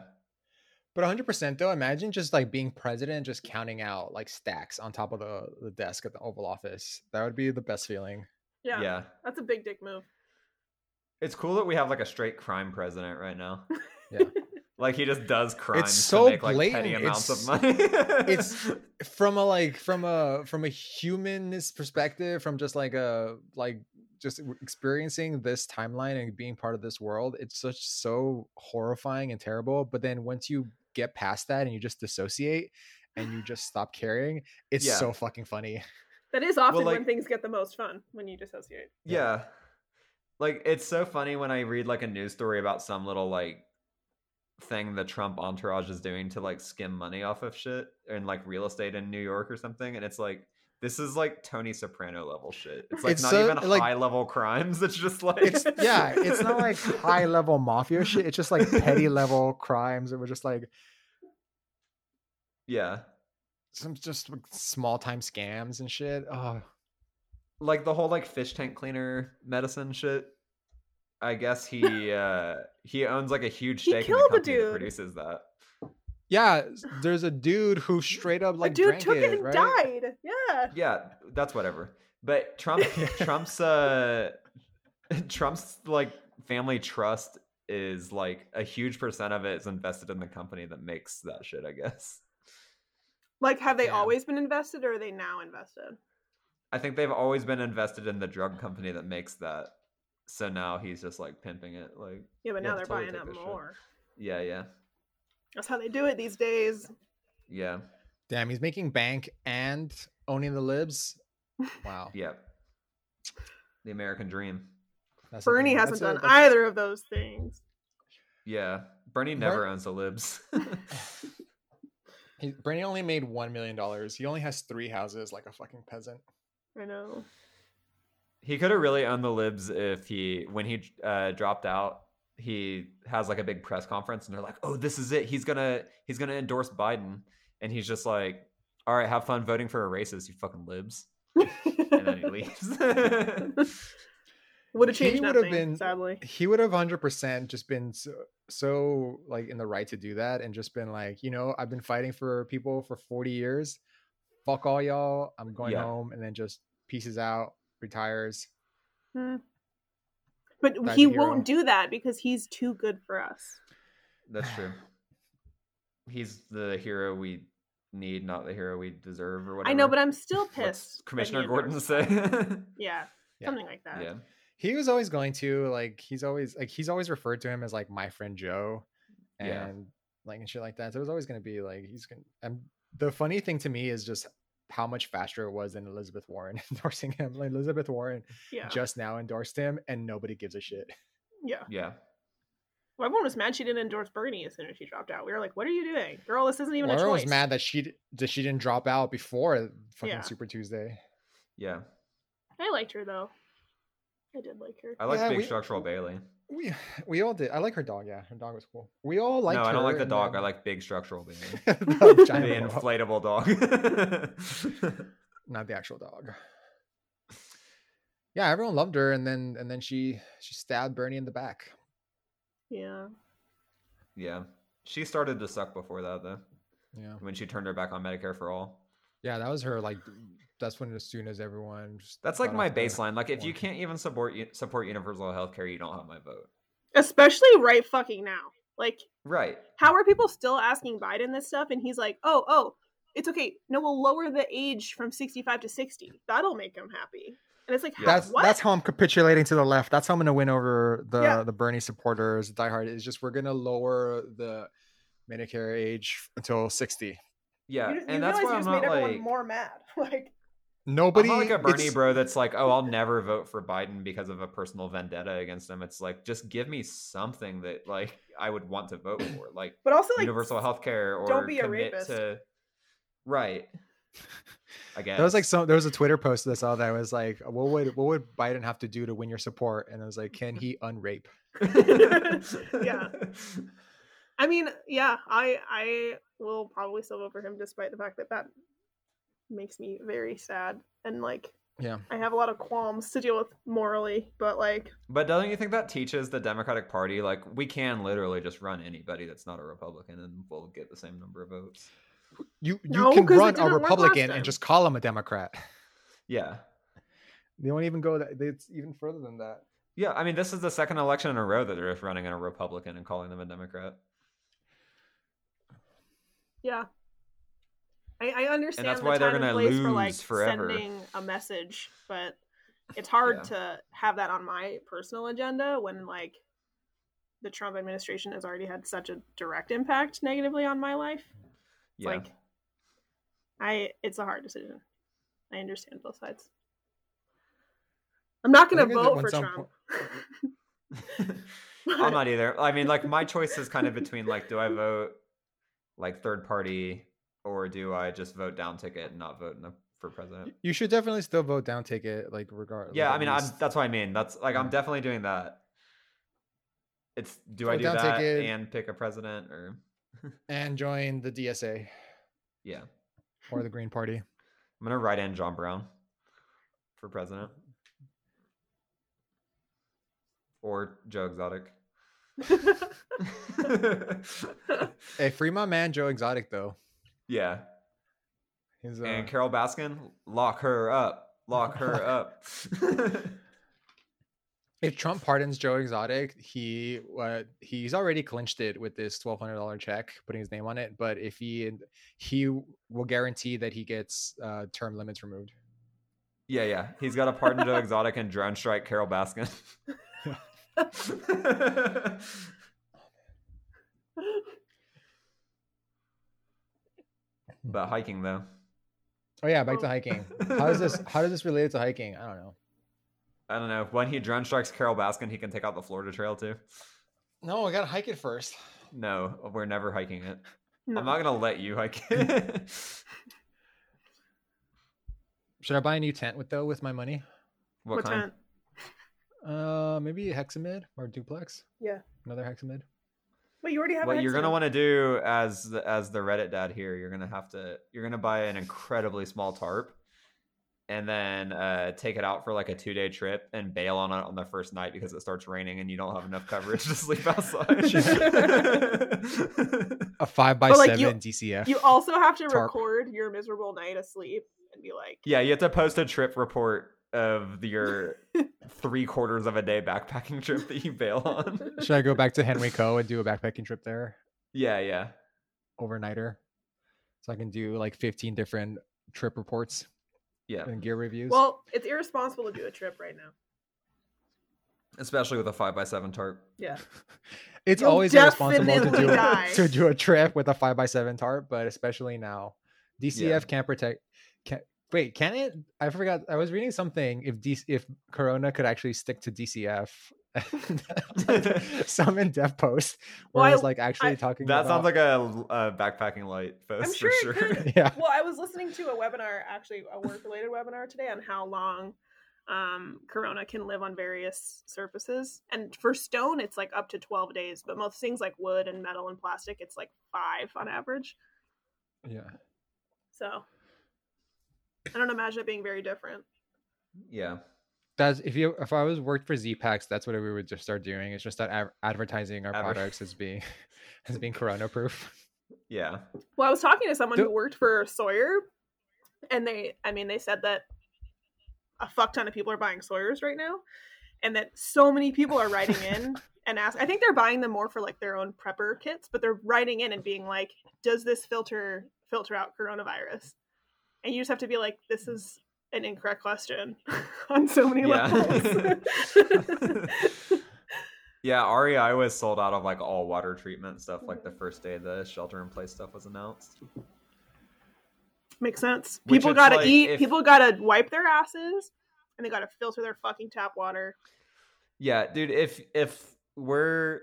S2: But 100% though, imagine just like being president, just counting out like stacks on top of the, the desk at the Oval Office. That would be the best feeling.
S1: yeah,
S3: Yeah, that's a big dick move.
S1: It's cool that we have like a straight crime president right now.
S2: Yeah.
S1: like he just does crimes
S2: so
S1: to make like petty
S2: blatant,
S1: amounts
S2: it's-
S1: of money.
S2: it's- From a like from a from a humanist perspective, from just like a like just w- experiencing this timeline and being part of this world, it's such so horrifying and terrible. But then once you get past that and you just dissociate and you just stop caring, it's
S1: Yeah.
S2: so fucking funny.
S3: That is often when
S1: like-
S3: things get the most fun when you dissociate.
S1: yeah. Like it's so funny when I read like a news story about some little like thing the Trump entourage is doing to like skim money off of shit and like real estate in New York or something. And it's like this is like Tony Soprano level shit. It's like
S4: It's
S1: not
S4: so-
S1: even
S4: like-
S1: high level crimes. It's just like
S4: It's yeah, it's not like high level mafia shit. It's just like petty level crimes. It was just like
S1: yeah.
S4: some just like, small time scams and shit. Oh,
S1: like the whole like fish tank cleaner medicine shit. I guess he uh he owns like a huge
S3: He
S1: stake in the
S3: killed the
S1: company that
S3: dude.
S1: produces that.
S2: Yeah, s- there's a dude who straight up like
S3: a dude
S2: drank
S3: took it, and
S2: right?
S3: died. Yeah.
S1: Yeah, that's whatever. But Trump Trump's uh Trump's like family trust is like a huge percent of it is invested in the company that makes that shit, I guess.
S3: Like, have they
S2: Yeah.
S3: always been invested, or are they now invested?
S1: I think they've always been invested in the drug company that makes that. So now he's just like pimping it like
S3: Yeah, but
S1: Yeah,
S3: now they're
S1: totally
S3: buying
S1: take
S3: up
S1: this shit.
S3: more.
S1: yeah, yeah.
S3: That's how they do it these days.
S1: Yeah.
S2: Damn, he's making bank and owning the libs. Wow,
S1: Yeah. The American dream.
S2: that's a
S3: Bernie
S2: thing.
S3: hasn't
S2: That's a-
S3: done
S2: that's-
S3: either of those things.
S1: Yeah. Bernie never owns the libs.
S2: He, Bernie only made one million dollars. He only has three houses, like a fucking peasant.
S3: I know.
S1: he could have really owned the libs if he when he uh, dropped out, he has like a big press conference and they're like, Oh, this is it. He's gonna he's gonna endorse Biden. And he's just like, All right, have fun voting for a racist, you fucking libs. And then he leaves.
S3: would have changed
S2: He would've
S3: nothing,
S2: been-
S3: sadly.
S2: He would have hundred percent just been so, so like in the right to do that, and just been like, you know, I've been fighting for people for forty years. Fuck all y'all. I'm going
S1: Yeah.
S2: home, and then just pieces out, retires.
S3: Hmm. But
S2: Type
S3: he
S2: of hero.
S3: won't do that because he's too good for us.
S1: That's true. He's the hero we need, not the hero we deserve or whatever.
S3: I know, but I'm still
S1: What's
S3: pissed. that
S1: Commissioner
S3: he
S1: Gordon
S3: endorsed
S1: say.
S3: that. Yeah,
S2: Yeah.
S3: something like that.
S1: yeah.
S2: he was always going to like he's always like he's always referred to him as like my friend joe and
S1: Yeah.
S2: like and shit like that so it was always going to be like he's going to and the funny thing to me is just how much faster it was than elizabeth warren endorsing him like elizabeth warren
S3: Yeah.
S2: just now endorsed him and nobody gives a shit
S3: yeah.
S1: Yeah.
S3: Well, everyone was mad she didn't endorse Bernie as soon as she dropped out. We were like, what are you doing? Girl, this isn't even a
S2: warren
S3: choice.
S2: was mad that she d- that she didn't drop out before fucking
S3: Yeah.
S2: super tuesday
S1: Yeah.
S3: I liked her, though. I did like her.
S1: I like
S2: Yeah,
S1: big
S2: we-
S1: structural Bailey.
S2: we we all did i like her dog yeah her dog was cool we all like
S1: no, I don't like the dog. I like big structural Bailey.
S2: the
S1: the
S2: giant dog,
S1: inflatable dog.
S2: not the actual dog. Yeah, everyone loved her, and then and then she she stabbed Bernie in the back.
S3: Yeah.
S1: yeah. She started to suck before that though.
S2: Yeah,
S1: When she turned her back on Medicare for all.
S2: yeah, that was her. Like, that's when as soon as everyone just
S1: That's like
S2: got
S1: my
S2: off the-
S1: baseline. Like if you
S2: warranty.
S1: can't even support u- support universal health care, you don't have my vote.
S3: Especially right fucking now. Like,
S1: Right.
S3: how are people still asking Biden this stuff? And he's like, oh, oh, it's okay. No, we'll lower the age from 65 to 60. That'll make him happy. And it's like, how,
S2: That's
S3: what?
S2: that's how I'm capitulating to the left. That's how I'm gonna win over the
S3: Yeah.
S2: the Bernie supporters, the diehard. Is just we're gonna lower the Medicare age until sixty.
S1: Yeah.
S3: You just- you
S1: and that's
S3: realize
S1: why
S3: you
S1: I'm not
S3: just made everyone
S1: like
S3: more mad. Like,
S2: Nobody
S1: I'm not like a Bernie
S2: it's-
S1: bro that's like, oh, I'll never vote for Biden because of a personal vendetta against him. It's like, just give me something that like I would want to vote for, like,
S3: but also like
S1: universal health care or
S3: don't be a
S1: commit
S3: rapist.
S1: to right. I guess
S2: There was like some. There was a Twitter post that I saw that was like, "What would what would Biden have to do to win your support?" And I was like, "Can he unrape?"
S3: Yeah. I mean, yeah, I I will probably still vote for him despite the fact that that makes me very sad and like
S2: Yeah.
S3: I have a lot of qualms to deal with morally, but like
S1: But don't you think that teaches the Democratic Party like we can literally just run anybody that's not a Republican and we'll get the same number of votes?
S2: You you
S3: No,
S2: can
S3: 'cause it
S2: run a
S3: didn't work last
S2: Republican
S3: time.
S2: and just call him a Democrat.
S1: Yeah.
S2: They won't even go that. It's even further than that.
S1: Yeah, I mean, this is the second election in a row that they're just running a Republican and calling them a Democrat.
S3: yeah. I, I understand
S1: that's
S3: the
S1: why they're
S3: time and
S1: gonna
S3: place for like
S1: lose forever.
S3: sending a message, but it's hard
S1: Yeah.
S3: to have that on my personal agenda when like the Trump administration has already had such a direct impact negatively on my life.
S1: Yeah.
S3: Like I it's a hard decision. I understand both sides. I'm not
S2: I
S3: gonna
S2: think at
S3: vote
S2: one
S3: for
S2: some
S3: Trump.
S2: point-
S1: I'm not either. I mean, like my choice is kind of between like, do I vote like third party or do I just vote down ticket and not vote in the, for president?
S2: You should definitely still vote down ticket, like regardless.
S1: Yeah, I mean, I'm, that's what I mean. That's like I'm
S2: Yeah.
S1: definitely doing that. It's do I
S2: Vote
S1: do
S2: down
S1: that
S2: ticket.
S1: and pick a president or
S2: and join the DSA
S1: yeah? I'm
S2: or the Green Party.
S1: gonna write in John Brown for president or Joe Exotic.
S2: Hey, free my man Joe Exotic though.
S1: yeah,
S2: He's, uh,
S1: and Carol Baskin, lock her up, lock her up.
S2: if Trump pardons Joe Exotic, he uh, he's already clinched it with this twelve hundred dollar check, putting his name on it. But if he he will guarantee that he gets uh, term limits removed.
S1: yeah, yeah, he's got a pardon Joe Exotic and drone strike Carol Baskin. but hiking though.
S2: Oh yeah, back to
S3: Oh.
S2: hiking. How does this how does this relate to hiking? I don't know.
S1: I don't know. When he drone strikes Carol Baskin, he can take out the Florida Trail too.
S2: No, I gotta hike it first.
S1: No, we're never hiking it.
S3: No.
S1: I'm not gonna let you hike it.
S2: Should I buy a new tent with though with my money?
S1: what,
S3: What
S1: kind?
S3: time?
S2: Uh, maybe a hexamid or duplex.
S3: Yeah.
S2: another hexamid.
S3: Wait, you already have.
S1: What
S3: an
S1: you're gonna
S3: Hexagon.
S1: want to do as the, as the Reddit dad here, you're gonna have to you're gonna buy an incredibly small tarp, and then uh, take it out for like a two day trip and bail on it on the first night because it starts raining and you don't have enough coverage to sleep outside.
S2: A five by
S3: But, like, you-
S2: seven DCF.
S3: You also have to
S2: Tarp.
S3: record your miserable night of sleep and be like,
S1: Yeah, you have to post a trip report of your three quarters of a day backpacking trip that you bail on.
S2: Should I go back to Henry Co and do a backpacking trip there,
S1: Yeah, yeah.
S2: overnighter, so I can do like fifteen different trip reports
S1: Yeah.
S2: and gear reviews?
S3: "Well, it's irresponsible to do a trip right now."
S1: Especially with a five by seven tarp.
S3: Yeah,
S2: it's
S3: you'll
S2: always irresponsible to
S3: definitely
S2: do a,
S3: die.
S2: to do a trip with a five by seven tarp, but especially now, DCF
S1: Yeah.
S2: can't protect. Can wait? Can it? I forgot. I was reading something. If D, if Corona could actually stick to DCF. some in dev post where
S3: Well,
S2: it was
S3: I-
S2: like actually
S3: I-
S2: talking
S1: That sounds
S2: about-
S1: like a, a backpacking light post
S3: I'm sure
S1: for
S3: it
S1: sure.
S3: could.
S2: yeah
S3: well i was listening to a webinar actually a work related webinar today on how long um, corona can live on various surfaces and for stone it's like up to 12 days but most things like wood and metal and plastic it's like five on average
S2: yeah
S3: so i don't imagine it being very different
S1: Yeah.
S2: That's if you if I was worked for Z Packs, that's what we would just start doing. It's just that ad- advertising our
S1: Adver-
S2: products as being as being corona proof.
S1: Yeah.
S3: well i was talking to someone
S2: Do-
S3: who worked for sawyer and they i mean they said that a fuck ton of people are buying sawyers right now and that so many people are writing in and ask i think they're buying them more for like their own prepper kits but they're writing in and being like does this filter filter out coronavirus and you just have to be like this is an incorrect question on so many
S1: Yeah.
S3: levels
S1: Yeah, REI was sold out of like all water treatment stuff like the first day the shelter in place stuff was announced.
S3: makes sense
S1: Which
S3: people
S1: it's
S3: gotta
S1: like
S3: eat
S1: if-
S3: people gotta wipe their asses and they gotta filter their fucking tap water
S1: Yeah, dude, if if we're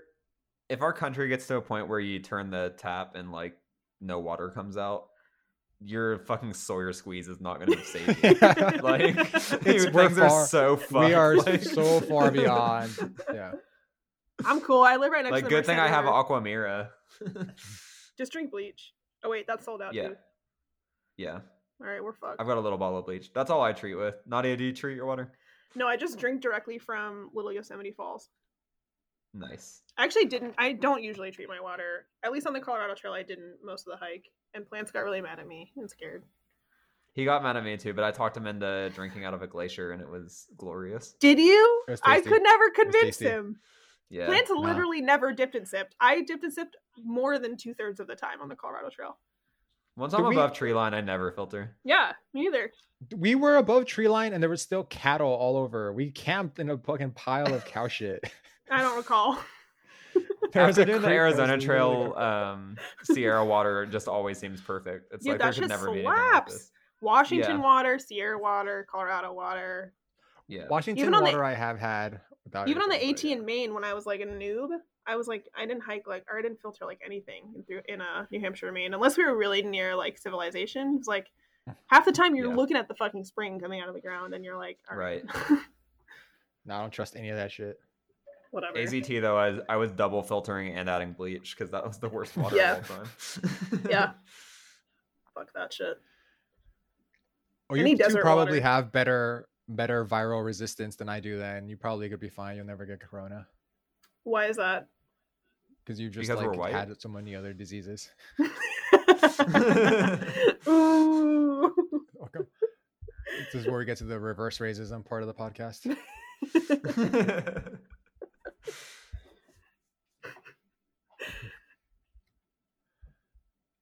S1: if our country gets to a point where you turn the tap and like no water comes out, your fucking Sawyer squeeze is not going to save you. like
S2: It's-
S1: your
S2: we're
S1: things
S2: far-
S1: are so fucked.
S2: we are
S1: like-
S2: so far beyond. Yeah.
S3: I'm cool. I live right next
S1: like,
S3: to the
S1: good thing I have
S3: Merced River.
S1: Aquamira.
S3: Just drink bleach. Oh wait, that's sold out
S1: yeah,
S3: too.
S1: yeah.
S3: All right, we're fucked.
S1: I've got a little bottle of bleach. That's all I treat with. Nadia, do you treat your water?
S3: No, I just drink directly from Little Yosemite Falls.
S1: Nice.
S3: I actually didn't I don't usually treat my water. At least on the Colorado Trail I didn't most of the hike. And plants got really mad at me and scared.
S1: He got mad at me too, but I talked him into drinking out of a glacier, and it was glorious.
S3: Did you?
S2: It was
S3: I
S2: tasty.
S3: could never
S2: was
S3: convince
S2: tasty.
S3: him.
S1: Yeah.
S3: Plants literally never dipped and sipped. I dipped and sipped more than two thirds of the time on the Colorado Trail.
S1: Once I'm
S2: Do we-
S1: above tree line, I never filter.
S3: Yeah, me neither.
S2: We were above tree line and there was still cattle all over. We camped in a fucking pile of cow shit.
S3: I don't recall.
S2: There was
S1: After
S2: a
S1: doing the
S2: creek that was
S1: Arizona
S2: literally
S1: Trail,
S2: like a-
S1: um, Sierra water just always seems perfect. It's
S3: Dude,
S1: like there
S3: that
S1: could
S3: shit
S1: never be anything like
S3: slaps.
S1: this.
S3: Washington
S1: Yeah.
S3: water, Sierra water, Colorado water.
S1: Yeah,
S2: Washington
S3: even on the-
S2: water I have had without
S3: Even on the
S2: anything,
S3: AT
S2: but yeah.
S3: in Maine, when I was like a noob, I was like, I didn't hike like, or I didn't filter like anything in, through, in uh, New Hampshire or Maine, unless we were really near like civilization. It's like half the time you're
S1: Yeah.
S3: looking at the fucking spring coming out of the ground, and you're like, all right,
S2: No, I don't trust any of that shit.
S3: whatever.
S1: AZT though, I was, I was double filtering and adding bleach because that was the worst water
S3: Yeah.
S1: of all time.
S3: Yeah. Fuck that shit.
S2: Well,
S3: Any
S2: Oh, you two
S3: desert
S2: probably
S3: water.
S2: have better better viral resistance than I do. Then you probably could be fine. You'll never get corona
S3: Why is that?
S2: because you just
S1: Because we're
S2: like
S1: white?
S2: had so many other diseases.
S3: Ooh.
S2: Okay. this is where we get to the reverse racism part of the podcast.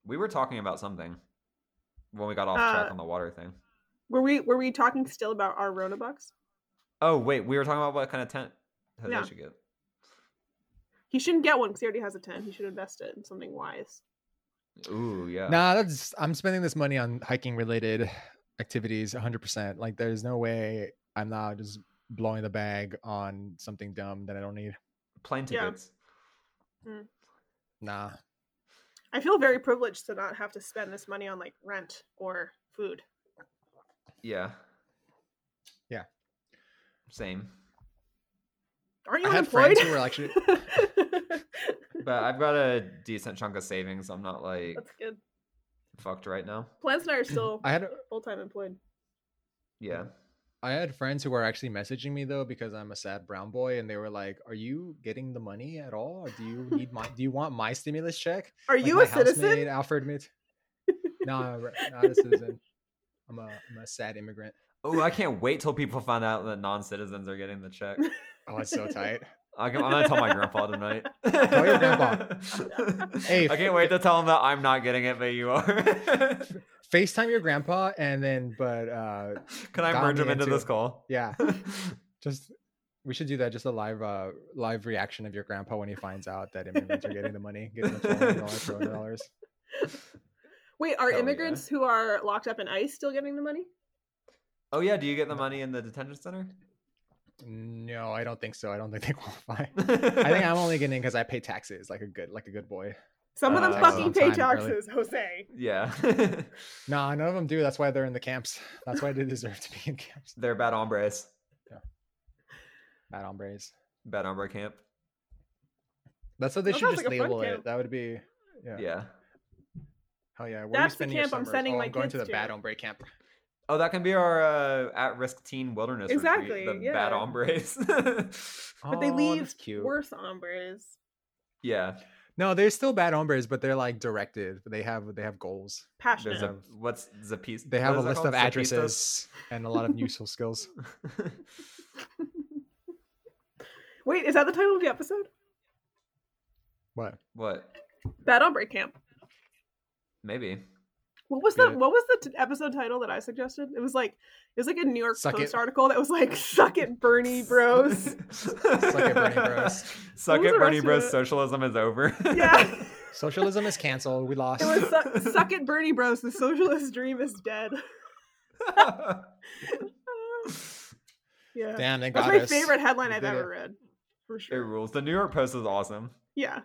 S1: we were talking about something when we got off track
S3: Uh,
S1: on the water thing.
S3: Were we were we talking still about our Rona bucks?
S1: Oh wait, we were talking about what kind of tent Jose
S3: Yeah.
S1: should get.
S3: He shouldn't get one because he already has a ten. He should invest it in something wise.
S1: Ooh yeah.
S2: Nah, that's I'm spending this money on hiking related activities 100%. Like there's no way I'm not just blowing the bag on something dumb that I don't need.
S1: Plane
S3: Yeah.
S1: tickets.
S2: Nah.
S3: I feel very privileged to not have to spend this money on like rent or food.
S1: Yeah.
S2: Yeah.
S1: Same.
S3: Aren't you
S2: I had
S3: unemployed?
S2: friends who were actually
S1: But I've got a decent chunk of savings. I'm not like
S3: That's good.
S1: fucked right now.
S3: Plants and I are still
S2: I had
S3: full time employed.
S1: Yeah.
S2: I had friends who were actually messaging me though because I'm a sad brown boy and they were like, "Are you getting the money at all? Or do you need my do you want my stimulus check?"
S3: Are
S2: Like,
S3: you
S2: my
S3: a citizen?
S2: housemaid, Alfred Mitch. no, I'm not a citizen. I'm a I'm a sad immigrant.
S1: Oh, I can't wait till people find out that non-citizens are getting the check.
S2: Oh, it's so tight.
S1: I can- I'm gonna tell my grandpa tonight.
S2: Tell your grandpa.
S1: I
S2: Hey,
S1: can't wait to tell him that I'm not getting it, but you are. Can
S2: FaceTime your grandpa and then but uh
S1: I
S2: Dial
S1: merge
S2: me
S1: him into
S2: into
S1: this
S2: it.
S1: call?
S2: yeah, just we should do that just a live uh live reaction of your grandpa when he finds out that immigrants are getting the money, getting the $1,200, $400.
S3: Wait, are
S1: Hell yeah.
S3: immigrants who are locked up in ICE still getting the money?
S1: oh yeah, do you get the money in the detention center?
S2: No, I don't think so. I don't think they qualify. I think I'm only getting because I pay taxes like a good like a good boy.
S3: Some of them
S1: Uh,
S3: fucking pay
S2: sometime early.
S3: taxes, Jose.
S1: Yeah.
S2: Nah, none of them do. That's why they're in the camps. That's why they deserve to be in camps.
S1: They're bad hombres.
S2: Bad hombres.
S1: Bad hombre camp.
S2: That's what they
S3: That
S2: should
S3: sounds
S2: just
S3: like a fun
S2: label
S3: camp.
S2: it. That would be yeah.
S1: Yeah.
S2: Hell yeah. Where are you
S3: That's the
S2: spending your
S3: camp I'm
S2: summers?
S3: sending
S2: oh,
S3: my
S2: I'm going to the
S3: kids
S2: bad
S3: to.
S2: hombre camp.
S1: Oh, that can be our uh, at-risk teen wilderness
S3: Exactly,
S1: retreat. The
S3: yeah.
S1: bad hombres.
S3: But they
S2: Oh,
S3: leave
S2: that's cute.
S3: worse hombres.
S1: yeah.
S2: No, they're still bad hombres, but they're like directed. They have they have goals.
S1: There's
S3: Passionate.
S1: a
S2: Have-
S1: what's Zapis?
S2: They have
S1: what
S2: a
S1: is that
S2: list
S1: called?
S2: of
S1: Zapistas?
S2: addresses and a lot of useful skills.
S3: Wait, is that the title of the episode?
S2: What?
S1: what?
S3: Bad hombre camp.
S1: Maybe.
S3: What was the
S2: Yeah.
S3: what was the t- episode title that I suggested? It was like it was like a New York
S2: Suck
S3: Post
S2: it.
S3: article that was like "Suck it, Bernie Bros."
S1: Suck
S2: it, Bernie Bros.
S1: Suck
S3: What was
S1: it,
S3: the
S1: Bernie
S3: rest of
S1: Bros.
S3: it?
S1: Socialism is over.
S3: yeah,
S2: Socialism is canceled. We lost.
S3: it was suck, "Suck it, Bernie Bros." The socialist dream is dead. yeah,
S2: Damn, they
S3: that's
S2: got
S3: my
S2: us.
S3: favorite headline
S2: We
S3: I've
S2: did
S3: ever
S2: it.
S3: read, for
S1: it
S3: sure.
S1: rules. The New York Post is awesome.
S3: Yeah,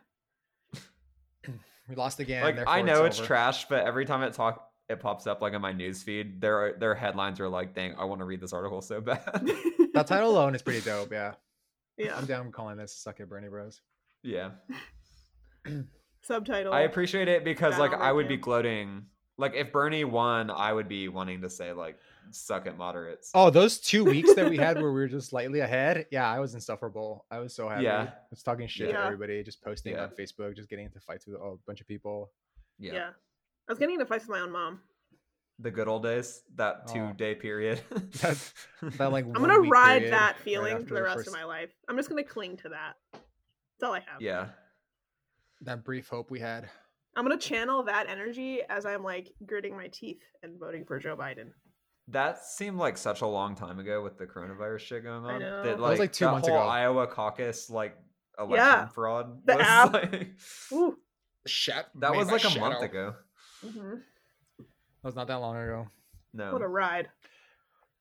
S2: We lost again.
S1: like
S2: therefore
S1: I know it's
S2: over.
S1: trash, but every time it talk it pops up like in my news feed, their their headlines are like, "Dang, I want to read this article so bad."
S2: That title alone is pretty dope. Yeah,
S3: yeah.
S2: I'm down calling this "Suck It, Bernie Bros."
S1: yeah,
S3: Subtitle.
S1: I appreciate it because
S3: Bad
S1: like
S3: on
S1: I would be
S3: camp.
S1: gloating. Like if Bernie won, I would be wanting to say like, "Suck it, moderates."
S2: Oh, those two weeks that we had where we were just slightly ahead. Yeah, I was insufferable. I was so happy.
S1: Yeah.
S2: I was talking shit to
S3: Yeah.
S2: everybody, just posting
S1: Yeah.
S2: on Facebook, just getting into fights with a bunch of people.
S3: yeah.
S1: yeah.
S3: I was getting into fights with my own mom.
S1: the good old days. That
S2: Oh.
S1: two day period.
S2: That- That like
S3: I'm gonna ride that feeling
S2: feeling
S3: for the rest of my life. I'm just gonna cling to that. That's all I have.
S1: yeah.
S2: That brief hope we had.
S3: I'm gonna channel that energy as I'm like gritting my teeth and voting for Joe Biden.
S1: That seemed like such a long time ago with the coronavirus shit going on.
S3: know. That
S1: That,
S3: was,
S1: like,
S2: like, two
S1: that
S2: months
S1: whole
S2: ago.
S1: Iowa caucus like election
S3: Yeah.
S1: fraud.
S3: The
S1: was,
S3: app.
S1: like-
S3: Ooh.
S2: Shat
S1: that
S2: made
S1: was
S2: by
S1: like a
S2: shadow.
S1: month ago.
S3: mhm.
S2: That was not that long ago.
S1: No.
S3: What a ride.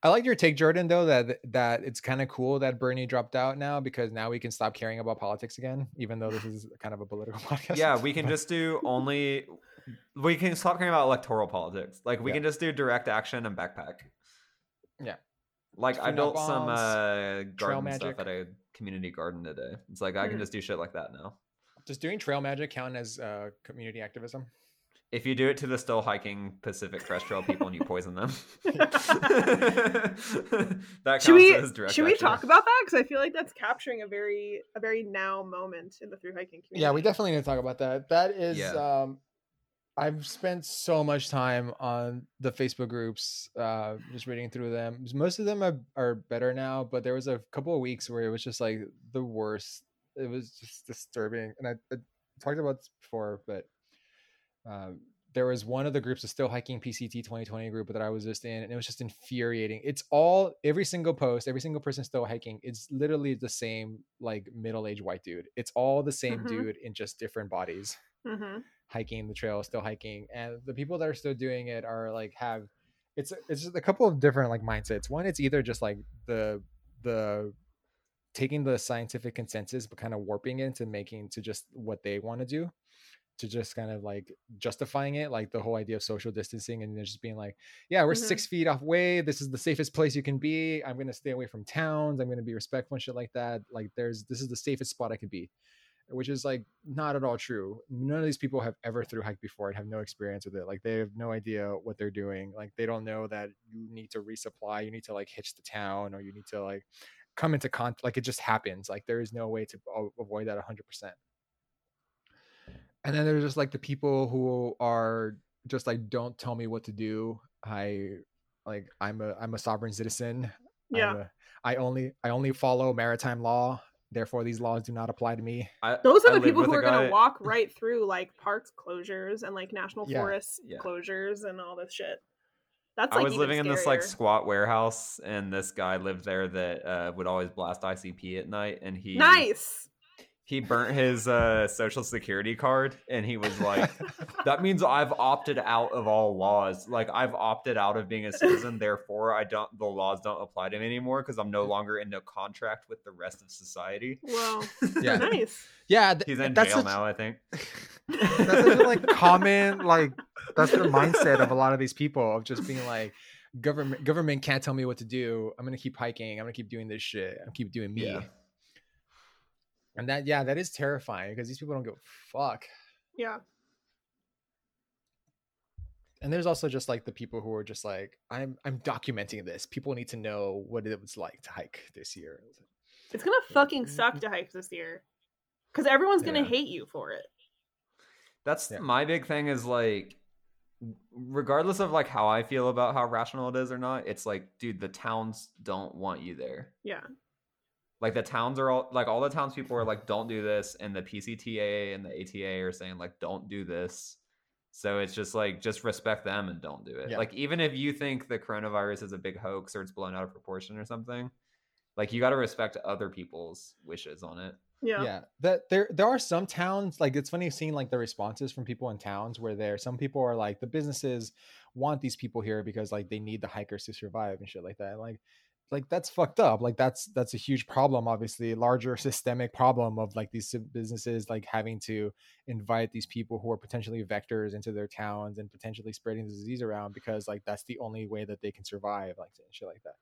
S2: I liked your take, Jordan, though that that it's kind of cool that Bernie dropped out now because now we can stop caring about politics again, even though this is kind of a political podcast.
S1: yeah, we can just do only. We can stop caring about electoral politics. Like we
S2: Yeah.
S1: can just do direct action and backpack.
S2: Yeah.
S1: Like
S2: Just
S1: I
S2: food
S1: built
S2: bombs,
S1: some uh, garden
S2: magic.
S1: stuff at a community garden today. It's like I can
S3: Mm.
S1: just do shit like that now.
S2: Does doing trail magic count as uh, community activism?
S1: If you do it to the still hiking Pacific Crest Trail people and you poison them, that counts
S3: should we
S1: as direct.
S3: should we
S1: action.
S3: talk about that? Because I feel like that's capturing a very a very now moment in the through hiking community.
S2: Yeah, we definitely need to talk about that. That is,
S1: Yeah.
S2: um, I've spent so much time on the Facebook groups, uh, just reading through them. Most of them are, are better now, but there was a couple of weeks where it was just like the worst. It was just disturbing, and I, I talked about this before, but um, there was one of the groups, the Still Hiking PCT 2020 group that I was just in, and it was just infuriating. It's all every single post, every single person still hiking. It's literally the same, like middle aged white dude. It's all the same
S3: Mhm.
S2: dude in just different bodies
S3: hmm
S2: hiking the trail, still hiking, and the people that are still doing it are like have it's it's just a couple of different like mindsets. One, it's either just like the the taking the scientific consensus but kind of warping it into making to just what they want to do to just kind of like justifying it like the whole idea of social distancing and they're just being like yeah we're
S3: Mhm.
S2: six feet off way this is the safest place you can be i'm going to stay away from towns i'm going to be respectful and shit like that like there's this is the safest spot i could be which is like not at all true. None of these people have ever through hiked before and have no experience with it. Like they have no idea what they're doing. Like they don't know that you need to resupply, you need to like hitch the town, or you need to like come into con. Like it just happens. Like there is no way to a- avoid that hundred percent. And then there's just like the people who are just like, don't tell me what to do. I like I'm a I'm a sovereign citizen. I'm
S3: Yeah.
S2: a- I only I only follow maritime law. Therefore, these laws do not apply to me.
S1: I-
S3: Those
S1: I
S3: are the
S1: lived
S3: people
S1: with
S3: who
S1: a
S3: are going
S1: guy-
S3: to walk right through like parks closures and like national
S2: Yeah.
S3: forest
S1: Yeah.
S3: closures and all this shit. That's
S1: I
S3: like
S1: was
S3: even
S1: living in this like
S3: scarier.
S1: squat warehouse, and this guy lived there that uh, would always blast ICP at night, and he
S3: nice.
S1: he burnt his uh, social security card, and he was like, "That means I've opted out of all laws. Like I've opted out of being a citizen. Therefore, I don't. The laws don't apply to me anymore because I'm no longer in no contract with the rest of society."
S3: Well,
S2: Yeah.
S3: nice.
S2: Yeah, th-
S1: He's in
S2: that's
S1: jail
S2: such-
S1: now, I think.
S4: That's such a, like common like
S2: That's the mindset of a lot of these people of just being like, government government can't tell me what to do. I'm gonna keep hiking. I'm gonna keep doing this shit. I'm keep doing me.
S1: Yeah.
S2: And that yeah, that is terrifying because these people don't give a fuck.
S3: Yeah.
S2: And there's also just like the people who are just like, I'm I'm documenting this. People need to know what it was like to hike this year.
S3: It's gonna fucking suck to hike this year. Cause everyone's gonna
S1: Yeah.
S3: hate you for it.
S1: That's
S2: Yeah.
S1: my big thing is like w- regardless of like how I feel about how rational it is or not, it's like, dude, the towns don't want you there.
S3: Yeah.
S1: Like the towns are all like all the townspeople are like, don't do this, and the PCTA and the ATA are saying like, don't do this. So it's just like just respect them and don't do it.
S2: Yeah.
S1: Like even if you think the coronavirus is a big hoax or it's blown out of proportion or something, like you got to respect other people's wishes on it.
S3: Yeah.
S2: yeah. that there there are some towns like it's funny seeing like the responses from people in towns where there some people are like the businesses want these people here because like they need the hikers to survive and shit like that like like that's fucked up like that's that's a huge problem obviously larger systemic problem of like these sub- businesses like having to invite these people who are potentially vectors into their towns and potentially spreading the disease around because like that's the only way that they can survive like shit like that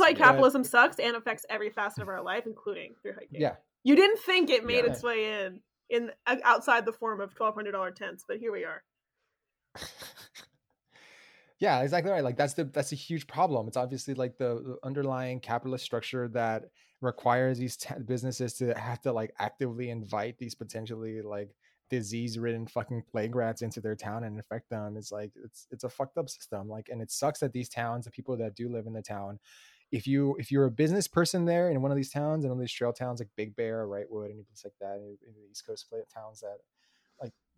S1: That's
S3: why
S1: good.
S3: capitalism sucks and affects every facet of our life, including through hiking.
S2: yeah
S3: You didn't think it made
S1: Yeah.
S3: its way in in o- outside the form of twelve hundred dollar tents, but here we are.
S2: yeah exactly right like that's the that's a huge problem it's obviously like the the underlying capitalist structure that requires these t- businesses to have to like actively invite these potentially like disease ridden fucking plague rats into their town and infect them it's like it's it's a fucked up system like and it sucks that these towns the people that do live in the town if you if you're a business person there in one of these towns and one of these trail towns like big bear or wrightwood and places like that in in the east coast pla- towns that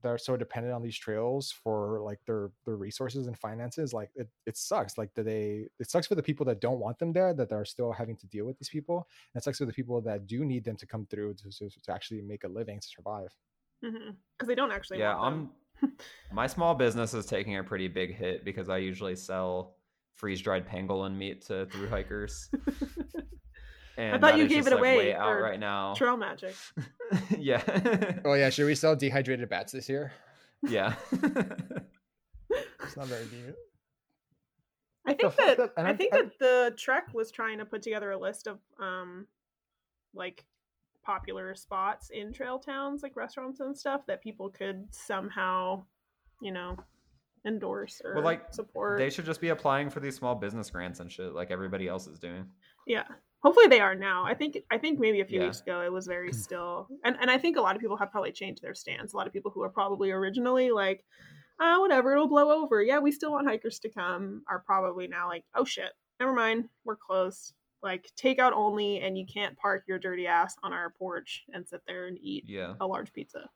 S2: that are so dependent on these trails for like their their resources and finances like it, it sucks like that they it sucks for the people that don't want them there that are still having to deal with these people and it sucks for the people that do need them to come through to, to, to actually make a living to survive
S3: Because Mm-hmm. they don't actually.
S1: yeah
S3: want them.
S1: i'm my small business is taking a pretty big hit because i usually sell freeze dried pangolin meat to through hikers. And
S3: thought
S1: that
S3: you
S1: is
S3: gave
S1: just,
S3: it
S1: like,
S3: away
S1: way out
S3: for
S1: right now.
S3: Trail magic.
S1: yeah,
S2: Oh yeah, should we sell dehydrated bats this year?
S1: yeah.
S4: It's not very deep.
S3: I think
S4: fuck
S3: that
S4: up, and
S3: I
S4: I'm-
S3: think
S4: I'm-
S3: that the Trek was trying to put together a list of um like popular spots in trail towns, like restaurants and stuff that people could somehow, you know, endorse or
S1: Well, like,
S3: support.
S1: they should just be applying for these small business grants and shit, like everybody else is doing.
S3: Yeah. Hopefully they are now. I think I think maybe a few
S1: Yeah.
S3: weeks ago it was very still. And and I think a lot of people have probably changed their stance. A lot of people who are probably originally like, uh, whatever, it'll blow over. Yeah, we still want hikers to come are probably now like, oh shit, never mind. We're closed. Like takeout only and you can't park your dirty ass on our porch and sit there and eat
S1: Yeah,
S3: a large pizza.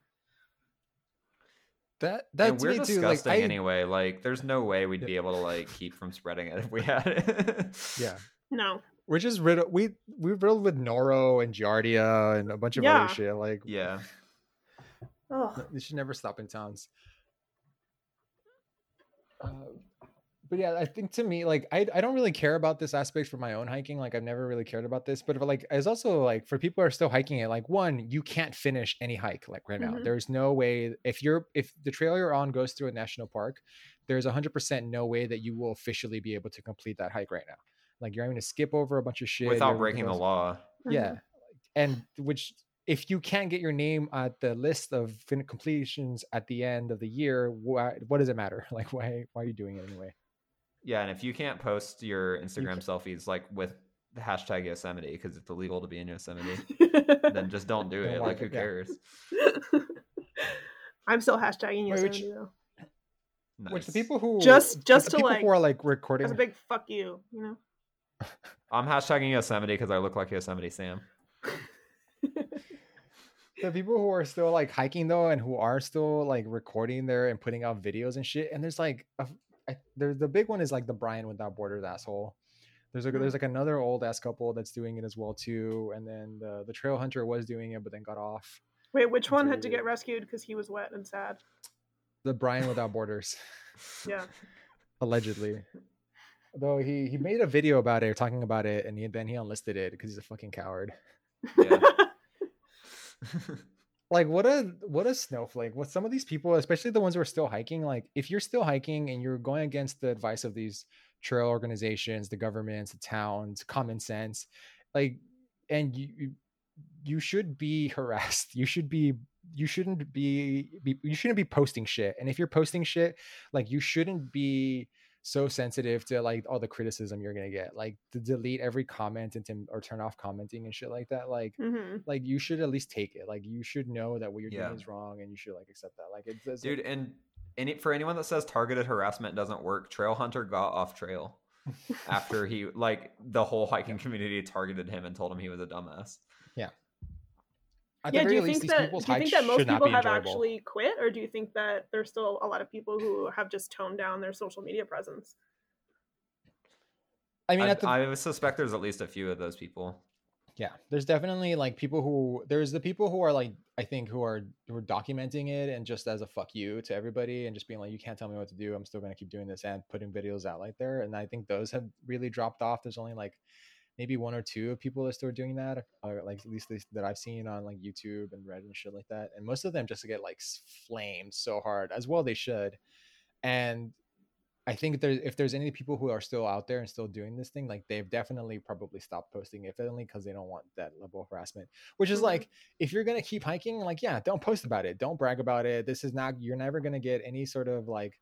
S2: That that
S1: and
S2: to
S1: we're
S2: me too.
S1: disgusting
S2: Like I,
S1: anyway. Like, there's no way we'd
S2: Yeah.
S1: be able to like keep from spreading it if we had it.
S2: yeah,
S3: No.
S2: we're just riddled. We we're riddled with Noro and Giardia and a bunch of
S3: Yeah.
S2: other shit. Like
S1: yeah.
S3: Ugh.
S2: They should never stop in towns. Uh, but yeah, I think to me, like, I, I don't really care about this aspect for my own hiking. Like, I've never really cared about this. But if, like, it's also like for people who are still hiking it, like, one, you can't finish any hike like right now.
S1: Mm-hmm.
S3: Mhm.
S2: There's no way if you're if the trail you're on goes through a national park, there's 100% no way that you will officially be able to complete that hike right now. Like, you're going to skip over a bunch of shit
S1: Without
S2: you're-
S1: breaking the
S2: because-
S1: law.
S3: Mm-hmm.
S2: yeah and which if you can't get your name at the list of fin- completions at the end of the year why, what does it matter like why why are you doing it anyway
S1: Yeah, and if you can't post your Instagram
S2: ca-
S1: selfies like with the hashtag Yosemite because it's illegal to be in Yosemite, then just don't do
S2: Don't
S1: it. Like,
S2: like
S1: who
S2: it, yeah.
S1: cares?
S3: I'm still hashtagging
S2: Wait, which-
S3: Yosemite though.
S2: which
S1: Nice.
S2: the people who
S3: Just-
S2: but
S3: just
S2: the
S3: to,
S2: people who
S3: like-
S2: are like recording
S3: That's a big fuck you, you know?
S1: I'm hashtagging Yosemite because I look like Yosemite Sam.
S2: the people who are still like hiking though and who are still like recording there and putting out videos and shit and there's like a, I, there, the big one is like the brian without borders asshole there's like
S3: Mm-hmm.
S2: there's like another old ass couple that's doing it as well too and then the, the trail hunter was doing it but then got off
S3: Wait, which one had to
S2: Dude.
S3: get rescued because he was wet and sad?
S2: the brian without borders
S3: Yeah.
S2: allegedly. Though he he made a video about it, talking about it, and he, then he unlisted it because he's a fucking coward.
S1: Yeah.
S2: Like what a what a snowflake! What some of these people, especially the ones who are still hiking, like if you're still hiking and you're going against the advice of these trail organizations, the governments, the towns, common sense, like, and you you- you should be harassed. You should be you shouldn't be, be you shouldn't be posting shit. And if you're posting shit, like you shouldn't be so sensitive to like all the criticism you're gonna get. Like to delete every comment and to, or turn off commenting and shit like that. Like
S3: hmm
S2: like you should at least take it. Like you should know that what you're
S1: Yeah.
S2: doing is wrong and you should like accept that. Like it's, it's like-
S1: Dude, and any for anyone that says targeted harassment doesn't work, Trail Hunter got off trail after he like the whole hiking community targeted him and told him he was a dumbass.
S2: at
S3: Yeah,
S2: the
S3: do
S2: very
S3: you
S2: least,
S3: think
S2: these
S3: that do
S2: people's
S3: you think
S2: hikes
S3: that most
S2: should not
S3: people
S2: be
S3: have
S2: enjoyable.
S3: actually quit, or do you think that there's still a lot of people who have just toned down their social media presence?
S2: I
S1: I,
S2: mean, at the
S1: I suspect there's at least a few of those people.
S2: yeah there's definitely like people who there's the people who are like i think who are who are documenting it and just as a fuck you to everybody and just being like you can't tell me what to do i'm still going to keep doing this and putting videos out like there and i think those have really dropped off there's only like maybe one or two of people that still doing that or like at least this- that i've seen on like youtube and reddit and shit like that and most of them just get like s- flamed so hard as well they should and I think there's if there's any people who are still out there and still doing this thing, like they've definitely probably stopped posting, if only because they don't want that level of harassment. Which is
S3: Mhm.
S2: like, if you're gonna keep hiking, like yeah, don't post about it, don't brag about it. This is not you're never gonna get any sort of like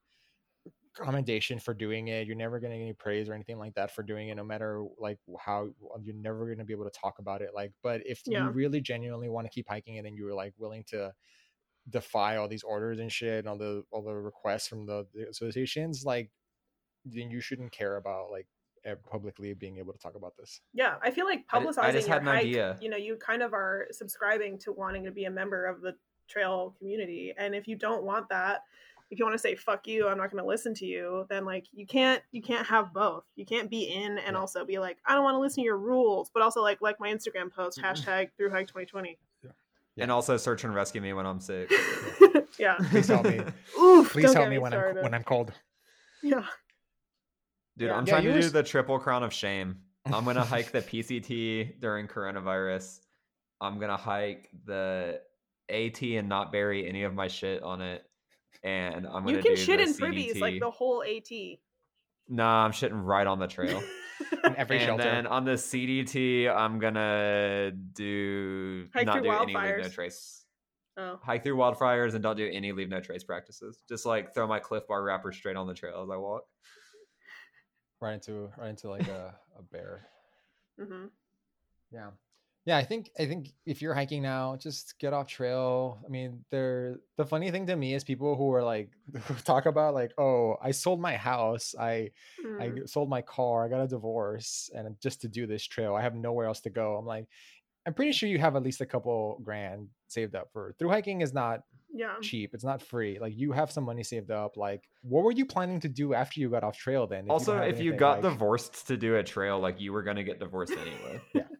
S2: commendation for doing it. You're never gonna get any praise or anything like that for doing it, no matter like how uh, you're never gonna be able to talk about it. Like, but if
S3: Yeah.
S2: you really genuinely want to keep hiking it and you were like willing to defy all these orders and shit and all the all the requests from the, the associations, like then you shouldn't care about like eh, publicly being able to talk about this.
S3: Yeah, I feel like
S1: I ju- I
S3: publicizing
S1: just
S3: your
S1: had an
S3: hike,
S1: idea.
S3: you know, you kind of are subscribing to wanting to be a member of the trail community, and if you don't want that, if you want to say "fuck you," I'm not going to listen to you, then like you can't you can't have both. You can't be in and
S2: Yeah.
S3: also be like, I don't want to listen to your rules, but also like like my Instagram post hashtag through hike 2020.
S1: And also search and rescue me when I'm sick.
S3: yeah.
S2: Please help me.
S3: Oof,
S2: Please
S3: don't
S2: help
S3: get
S2: me when I'm
S3: started.
S2: when I'm cold.
S3: Yeah.
S1: Dude,
S3: Yeah.
S1: I'm
S4: Yeah,
S1: trying
S4: you
S1: to
S4: were
S1: do
S4: s-
S1: the triple crown of shame. I'm gonna hike the PCT during coronavirus. I'm gonna hike the AT and not bury any of my shit on it. And I'm gonna
S3: you can
S1: do
S3: shit
S1: the
S3: in privies like
S1: CDT.
S3: the whole AT.
S1: Nah, I'm shitting right on the trail.
S2: in every
S1: and
S2: shelter.
S1: then on the CDT, I'm gonna do
S3: Hike
S1: not
S3: through
S1: do any leave no
S3: wildfires.
S1: trace.
S3: oh,
S1: Hike through wildfires and don't do any leave no trace practices. Just like throw my Cliff Bar wrapper straight on the trail as I walk.
S2: right into right into like a, a bear.
S3: hmm
S2: Yeah. Yeah, I think I think if you're hiking now, just get off trail. I mean, there the funny thing to me is people who are like who talk about like, "Oh, I sold my house. I I
S1: Mm-hmm.
S3: Mm.
S2: g- sold my car. I got a divorce and just to do this trail. I have nowhere else to go." I'm like, "I'm pretty sure you have at least a couple grand saved up for. Through hiking is not
S3: yeah.
S1: Um.
S2: cheap. It's not free. Like you have some money saved up. Like what were you planning to do after you got off trail then? don't
S1: also,
S2: have
S1: if you
S2: anything,
S1: got
S2: like-
S1: divorced to do a trail, like you were gonna get divorced anyway.
S2: Yeah.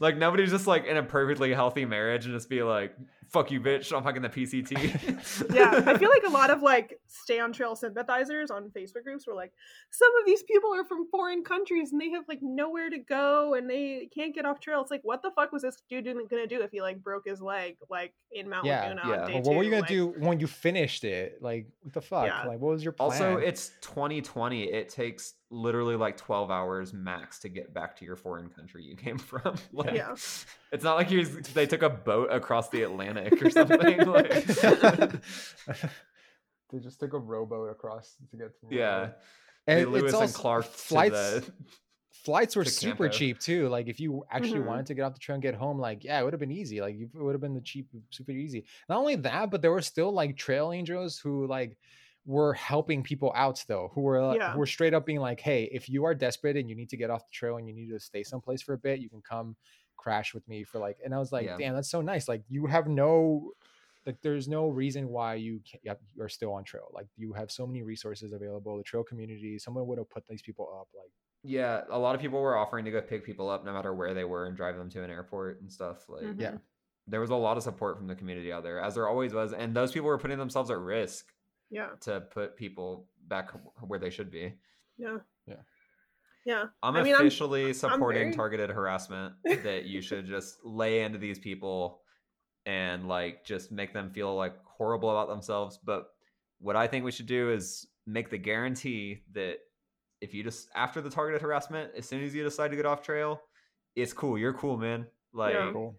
S1: Like nobody's just like in a perfectly healthy marriage and just be like, "Fuck you, bitch! I'm fucking the PCT."
S3: yeah, I feel like a lot of like stay on trail sympathizers on Facebook groups were like, some of these people are from foreign countries and they have like nowhere to go and they can't get off trail. It's like, what the fuck was this dude doing- gonna do if he like broke his leg like in Mount
S2: Yeah,
S3: Laguna
S1: yeah.
S3: on day
S2: Well, what were
S3: two?
S2: you gonna
S3: Like,
S2: do when you finished it? Like what the fuck?
S3: Yeah.
S2: Like what was your plan?
S1: Also, it's 2020. It takes literally like 12 hours max to get back to your foreign country you came from. Like,
S3: Yeah.
S1: It's not like you they took a boat across the Atlantic or something. like-
S2: they just took a rowboat across to get to
S1: yeah.
S2: and
S1: They Lewis
S2: it's
S1: and
S2: also-
S1: Clark
S2: flights
S1: to the
S2: flights were
S1: to
S2: super
S1: Campo.
S2: cheap too. Like if you actually
S3: Mhm.
S2: wanted to get off the trail and get home, like yeah, it would have been easy. Like you- it would have been the cheap, super easy. Not only that, but there were still like trail angels who like were helping people out still, who were like,
S3: Yeah.
S2: who were straight up being like, hey, if you are desperate and you need to get off the trail and you need to stay someplace for a bit, you can come crash with me for like. And I was like,
S1: Yeah.
S2: damn, that's so nice. Like you have no. Like there's no reason why you can't, yep, you're still on trail. Like you have so many resources available. The trail community, someone would have put these people up. Like
S1: Yeah, a lot of people were offering to go pick people up no matter where they were and drive them to an airport and stuff. Like
S3: Mhm.
S2: Yeah.
S1: there was a lot of support from the community out there, as there always was, and those people were putting themselves at risk
S3: Yeah.
S1: to put people back wh- where they should be.
S3: Yeah.
S2: Yeah.
S3: Yeah.
S1: I'm
S3: I mean, I'm-
S1: officially supporting
S3: very-
S1: targeted harassment that you should just lay into these people and like just make them feel like horrible about themselves. But what I think we should do is make the guarantee that if you just after the targeted harassment, as soon as you decide to get off trail, it's cool. You're cool, man. Like,
S3: Yeah.
S2: cool.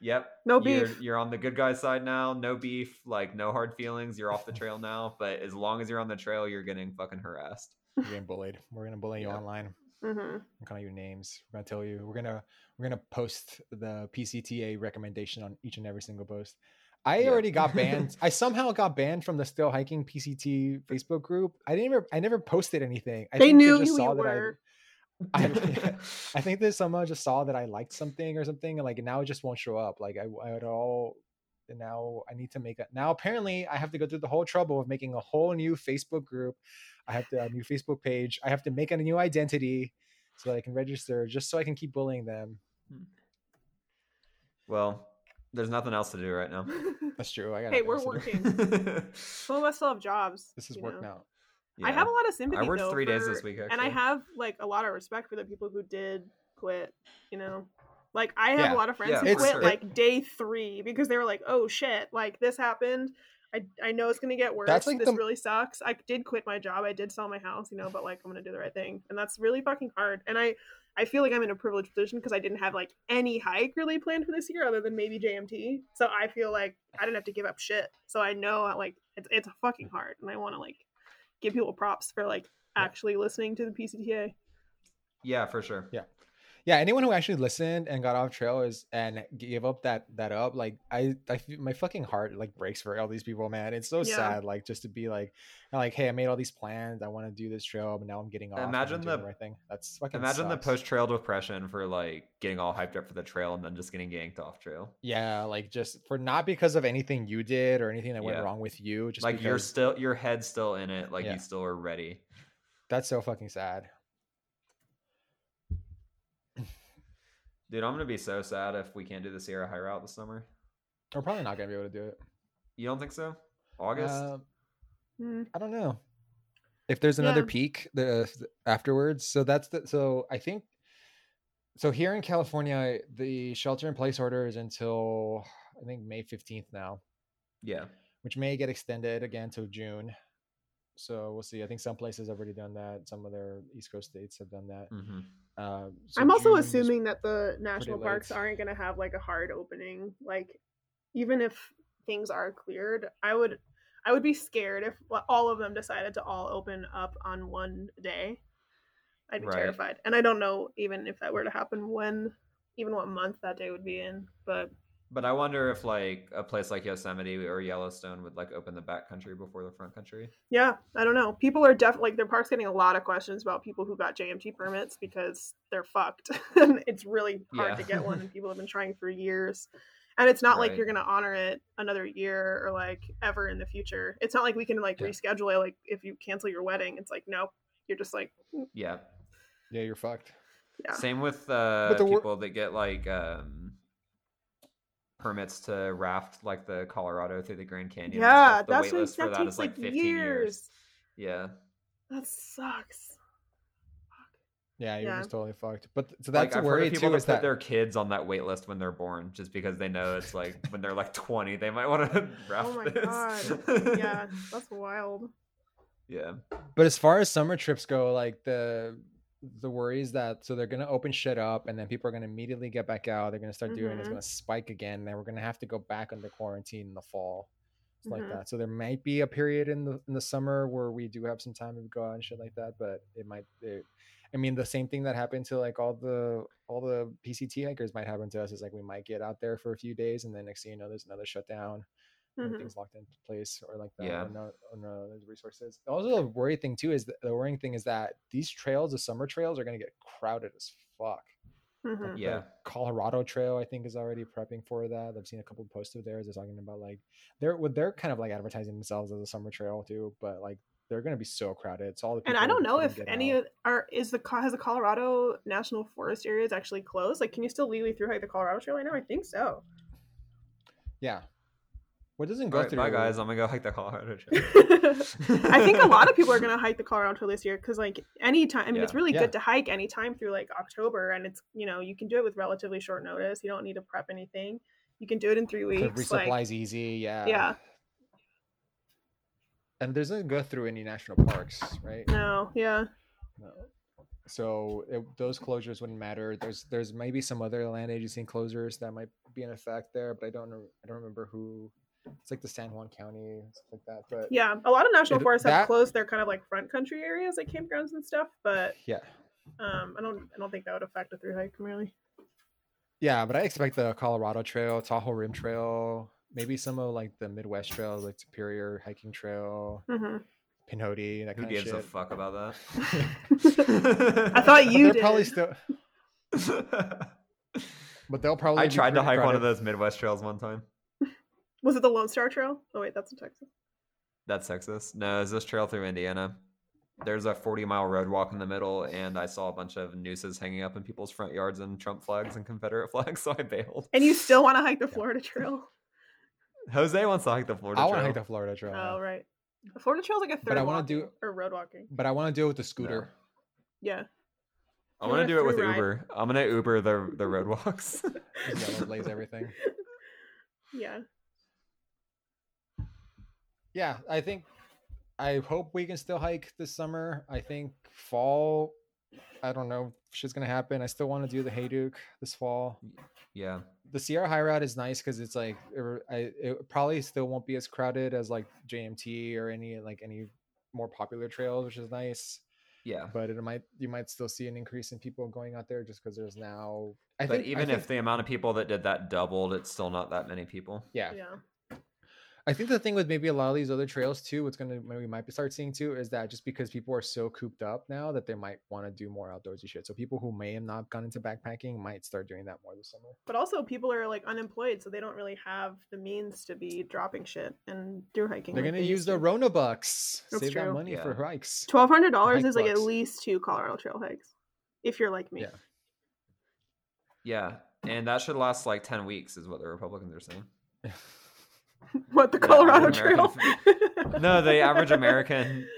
S1: yep.
S3: No
S1: You're,
S3: beef.
S1: you're on the good guy side now. No beef. Like, no hard feelings. You're off the trail now. But as long as you're on the trail, you're getting fucking harassed.
S2: You're getting bullied. We're gonna bully you
S1: Yeah.
S2: online.
S3: hmm
S2: We're calling you names. We're gonna tell you. We're gonna we're gonna post the PCTA recommendation on each and every single post. I
S1: Yeah.
S2: already got banned. I somehow got banned from the Still Hiking PCT Facebook group. I didn't. Ever, I never posted anything. I
S3: They
S2: think
S3: knew
S2: just
S3: who
S2: saw
S3: you
S2: that I-
S3: were.
S2: I, I think that someone just saw that I liked something or something, and like now it just won't show up. Like I, I would all and now I need to make a now apparently I have to go through the whole trouble of making a whole new Facebook group. I have to a new Facebook page. I have to make a new identity so that I can register just so I can keep bullying them.
S1: Well, there's nothing else to do right now.
S2: That's true. I got
S3: Hey, we're working. Some of us still have jobs.
S2: This is
S3: you
S2: work
S3: know.
S2: now.
S3: I have a lot of sympathy.
S1: I worked
S3: though,
S1: three days this
S3: for-
S1: week,
S3: and I
S1: actually.
S3: have like a lot of respect for the people who did quit. You know, like I have
S2: Yeah.
S3: a lot of friends
S1: Yeah,
S3: who
S2: it's-
S3: quit
S2: it-
S3: like day three because they were like, "Oh shit! Like this happened. I I know it's gonna get worse.
S2: That's like
S3: this
S2: the-
S3: really sucks. I did quit my job. I did sell my house. You know, but like I'm gonna do the right thing, and that's really fucking hard. And I I feel like I'm in a privileged position because I didn't have like any hike really planned for this year other than maybe JMT. So I feel like I didn't have to give up shit. So I know like it's it's fucking hard, and I want to like give people props for like actually listening to the PCTA.
S1: Yeah, for sure.
S2: Yeah. yeah anyone who actually listened and got off trail is and gave up that that up like i i feel my fucking heart like breaks for all these people man it's so
S3: Yeah.
S2: sad like just to be like I'm like hey i made all these plans i want to do this trail but now i'm getting off and I'm
S1: Imagine
S2: doing
S1: the-
S2: right thing that's fucking
S1: Imagine the
S2: sucks.
S1: post trail depression for like getting all hyped up for the trail and then just getting yanked off trail.
S2: yeah like just for not because of anything you did or anything that went
S1: Yeah.
S2: wrong with you just
S1: like you're
S2: because-
S1: still your head's still in it, like
S2: Yeah.
S1: you still are ready.
S2: that's so fucking sad
S1: Dude, I'm gonna be so sad if we can't do the Sierra High route this summer.
S2: we're probably not gonna be able to do it Uh,
S1: You don't think so? August?
S2: Um,
S3: Mm.
S2: i don't know if there's another
S3: Yeah.
S2: peak the, afterwards so that's the so i think so here in california the shelter in place order is until i think may 15th now
S1: Yeah.
S2: which may get extended again to june so we'll see i think some places have already done that some of their east coast states have done that
S1: Mm-hmm.
S2: uh, so
S3: I'm also
S2: June is-
S3: assuming that the national
S2: late.
S3: parks aren't going to have like a hard opening. Like, even if things are cleared, I would, I would be scared if wa- all of them decided to all open up on one day. I'd be
S1: Right.
S3: terrified, and I don't know even if that were to happen when, even what month that day would be in. But
S1: But I wonder if like a place like Yosemite or Yellowstone would like open the back country before the front country.
S3: yeah, I don't know. People are def like their park's getting a lot of questions about people who got JMT permits because they're fucked. And it's really hard
S1: Yeah.
S3: to get one, and people have been trying for years. And it's not like
S1: Right.
S3: you're gonna honor it another year or like ever in the future. It's not like we can like
S2: Yeah.
S3: reschedule it. Like if you cancel your wedding, it's like nope. You're just like
S1: Yeah.
S2: yeah you're fucked
S3: Yeah.
S1: Same with uh,
S2: the wor-
S1: people that get like um, permits to raft like the Colorado through the Grand Canyon. and
S3: yeah,
S1: stuff. the
S3: that's
S1: wait
S3: what-
S1: list for
S3: that
S1: that
S3: takes
S1: is like
S3: like
S1: 15
S3: years.
S1: years. Yeah.
S3: That sucks.
S2: yeah you're
S3: Yeah.
S2: just totally fucked but th- so
S1: Like,
S2: that's
S1: I've
S2: a
S1: heard of
S2: worry
S1: people
S2: too
S1: that
S2: is
S1: put
S2: that
S1: their kids on that wait list when they're born, just because they know it's like when they're like 20, they might want to raft
S3: Oh my
S1: this.
S3: Yeah, that's wild.
S1: yeah.
S2: But as far as summer trips go, like the the worries that so they're gonna open shit up and then people are gonna immediately get back out. They're gonna start doing it's
S3: Mhm.
S2: gonna spike again. And then we're gonna have to go back under quarantine in the fall, It's
S3: Mhm.
S2: like that. So there might be a period in the in the summer where we do have some time to go out and shit like that. But it might. It, I mean, the same thing that happened to like all the all the PCT hikers might happen to us is like we might get out there for a few days and then next thing you know, there's another shutdown
S3: Mhm.
S2: when things locked into place or like that
S1: Yeah.
S2: or no, or no those resources. Also, the worry thing too is th- the worrying thing is that these trails, the summer trails, are going to get crowded as fuck.
S3: Mhm.
S1: Yeah.
S2: The Colorado Trail, I think, is already prepping for that. I've seen a couple posts of theirs. They're talking about like they're well, they're kind of like advertising themselves as a summer trail too, but like they're going to be so crowded. It's all the
S3: And I
S2: people
S3: don't know
S2: couldn't
S3: if
S2: get
S3: any
S2: out.
S3: of are is the co- has the Colorado National Forest areas actually closed? Like, can you still legally through hike the Colorado Trail right now? I think so.
S2: yeah. What doesn't
S1: All
S2: go
S1: right,
S2: through?
S1: bye guys. I'm gonna go hike the Colorado Trail.
S3: I think a lot of people are gonna hike the Colorado Trail this year because, like, anytime. I mean, it's
S1: Yeah.
S3: really
S2: Yeah.
S3: good to hike anytime through like October, and it's you know you can do it with relatively short notice. You don't need to prep anything. You can do it in three
S2: The
S3: weeks.
S2: resupply's
S3: Like,
S2: easy. Yeah.
S3: yeah.
S2: And there's doesn't go through any national parks, right?
S3: no, yeah,
S2: No. So it, those closures wouldn't matter. There's there's maybe some other land agency closures that might be in effect there, but I don't know- I don't remember who. It's like the San Juan County stuff like that. But
S3: yeah. A lot of national
S2: It-
S3: forests
S2: that-
S3: have closed their kind of like front country areas, like campgrounds and stuff. But
S2: yeah,
S3: um, I don't, I don't think that would affect a through hike really.
S2: yeah. But I expect the Colorado Trail, Tahoe Rim Trail, maybe some of like the Midwest trails, like Superior Hiking Trail,
S3: hmm
S2: Pinote, that
S1: Who
S2: kind
S1: gives
S2: of shit.
S1: a fuck about that?
S3: I thought
S2: But
S3: you
S2: they're
S3: did.
S2: probably still, but they'll probably.
S1: I
S2: be
S1: tried to
S2: pretty
S1: hike one of
S2: crowded.
S1: those Midwest trails one time.
S3: Was it the Lone Star Trail? Oh wait, that's in Texas.
S1: That's Texas. No, is this trail through Indiana? There's a 40 mile road walk in the middle, and I saw a bunch of nooses hanging up in people's front yards and Trump flags and Confederate flags, so I bailed.
S3: And you still want to hike the Florida Trail?
S1: Jose wants to hike the Florida
S2: I
S1: Trail.
S2: want to hike the Florida Trail,
S3: Oh right, the Florida Trail's like a third.
S2: But I wanna
S3: walking,
S2: do-
S3: or road walking.
S2: but I want to do it with the scooter.
S1: I
S3: Yeah, You
S1: want to
S3: wanna
S1: do it with
S3: through ride?
S1: Uber. I'm gonna Uber the the road walks.
S2: Just yellow blaze everything.
S3: yeah.
S2: yeah, I think I hope we can still hike this summer. I think fall, I don't know, if shit's gonna happen. I still want to do the Hey Duke this fall.
S1: yeah,
S2: The Sierra High Route is nice because it's like it, re- I, it probably still won't be as crowded as like JMT or any like any more popular trails, which is nice.
S1: yeah.
S2: But it might you might still see an increase in people going out there just because there's now. I
S1: but
S2: think I
S1: even if
S2: think-
S1: the amount of people that did that doubled, it's still not that many people.
S2: yeah,
S3: Yeah.
S2: I think the thing with maybe a lot of these other trails too, what's gonna maybe we might be start seeing too is that just because people are so cooped up now that they might want to do more outdoorsy shit. So people who may have not gone into backpacking might start doing that more this summer.
S3: But also, people are like unemployed, so they don't really have the means to be dropping shit and do hiking.
S2: They're gonna use the Rona bucks,
S3: That's
S2: save that
S3: true.
S2: money for
S1: Yeah.
S2: hikes.
S3: Twelve hundred dollars
S2: hike
S3: is like at
S2: bucks.
S3: least two Colorado Trail hikes, if you're like me.
S2: Yeah.
S1: Yeah, and that should last like 10 weeks, is what the Republicans are saying.
S3: What the
S1: Yeah,
S3: Colorado
S1: average
S3: Trail?
S1: American- No, the average American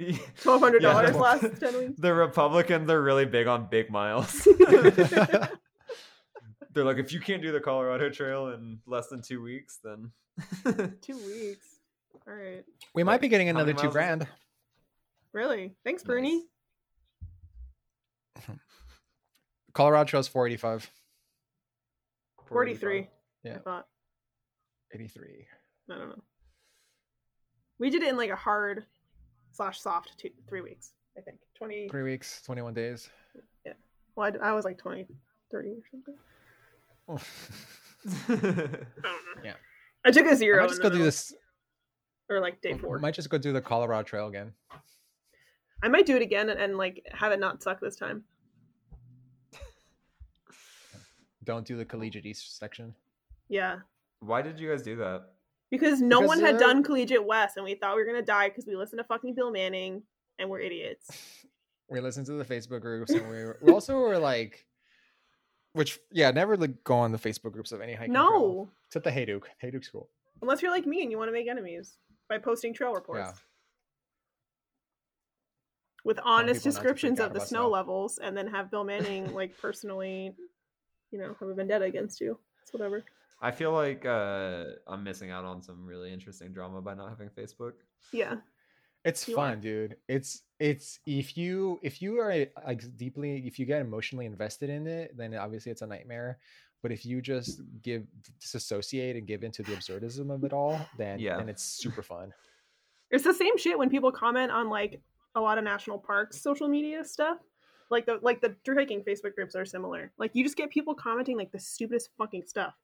S3: Twelve hundred dollars
S1: Yeah.
S3: last ten weeks.
S1: The Republicans are really big on big miles. They're like, if you can't do the Colorado Trail in less than two weeks, then
S3: Two weeks. All right.
S2: we might be getting
S1: How many
S2: another two
S1: miles is it?
S2: grand.
S3: Really? Thanks,
S1: Nice.
S3: Bernie.
S2: Colorado Trail's 485.
S3: 43.
S2: Yeah.
S3: I thought.
S2: 83.
S3: I don't know. We did it in like a hard slash soft two, three weeks, I think. 20.
S2: Three weeks, 21 days.
S3: Well, I d- I, was like 20, 30 or something.
S2: Oh.
S3: I don't know.
S2: Yeah.
S3: I took a
S2: I
S3: zero.
S2: might
S3: in
S2: just
S3: the
S2: go do
S3: middle,
S2: this.
S3: Or like day
S2: I
S3: four.
S2: might just go do the Colorado Trail again.
S3: I might do it again and, and like have it not suck this time.
S2: Don't do the collegiate east section.
S3: Yeah.
S1: Why did you guys do that?
S3: Because no
S4: Because,
S3: one had
S4: uh,
S3: done Collegiate West and we thought we were going to die because we listened to fucking Bill Manning and we're idiots.
S2: We listened to the Facebook groups, and we, were, we also were like, which yeah, never like go on the Facebook groups of any hiking. trail,
S3: No.
S2: except the Hey Duke. Hey Duke's cool.
S3: Unless you're like me and you want to make enemies by posting trail reports.
S2: Yeah.
S3: with honest
S2: people not to freak
S3: descriptions
S2: out
S3: of the
S2: about
S3: snow
S2: snow.
S3: levels and then have Bill Manning like personally, you know, have a vendetta against you. It's whatever.
S1: I feel like uh, I'm missing out on some really interesting drama by not having Facebook.
S3: Yeah.
S2: It's
S3: You are.
S2: fun, dude. It's it's if you if you are like deeply if you get emotionally invested in it, then obviously it's a nightmare. But if you just give disassociate and give into the absurdism of it all, then
S1: Yeah.
S2: then it's super fun.
S3: It's the same shit when people comment on like a lot of national parks social media stuff. Like the like the through hiking Facebook groups are similar. Like you just get people commenting like the stupidest fucking stuff.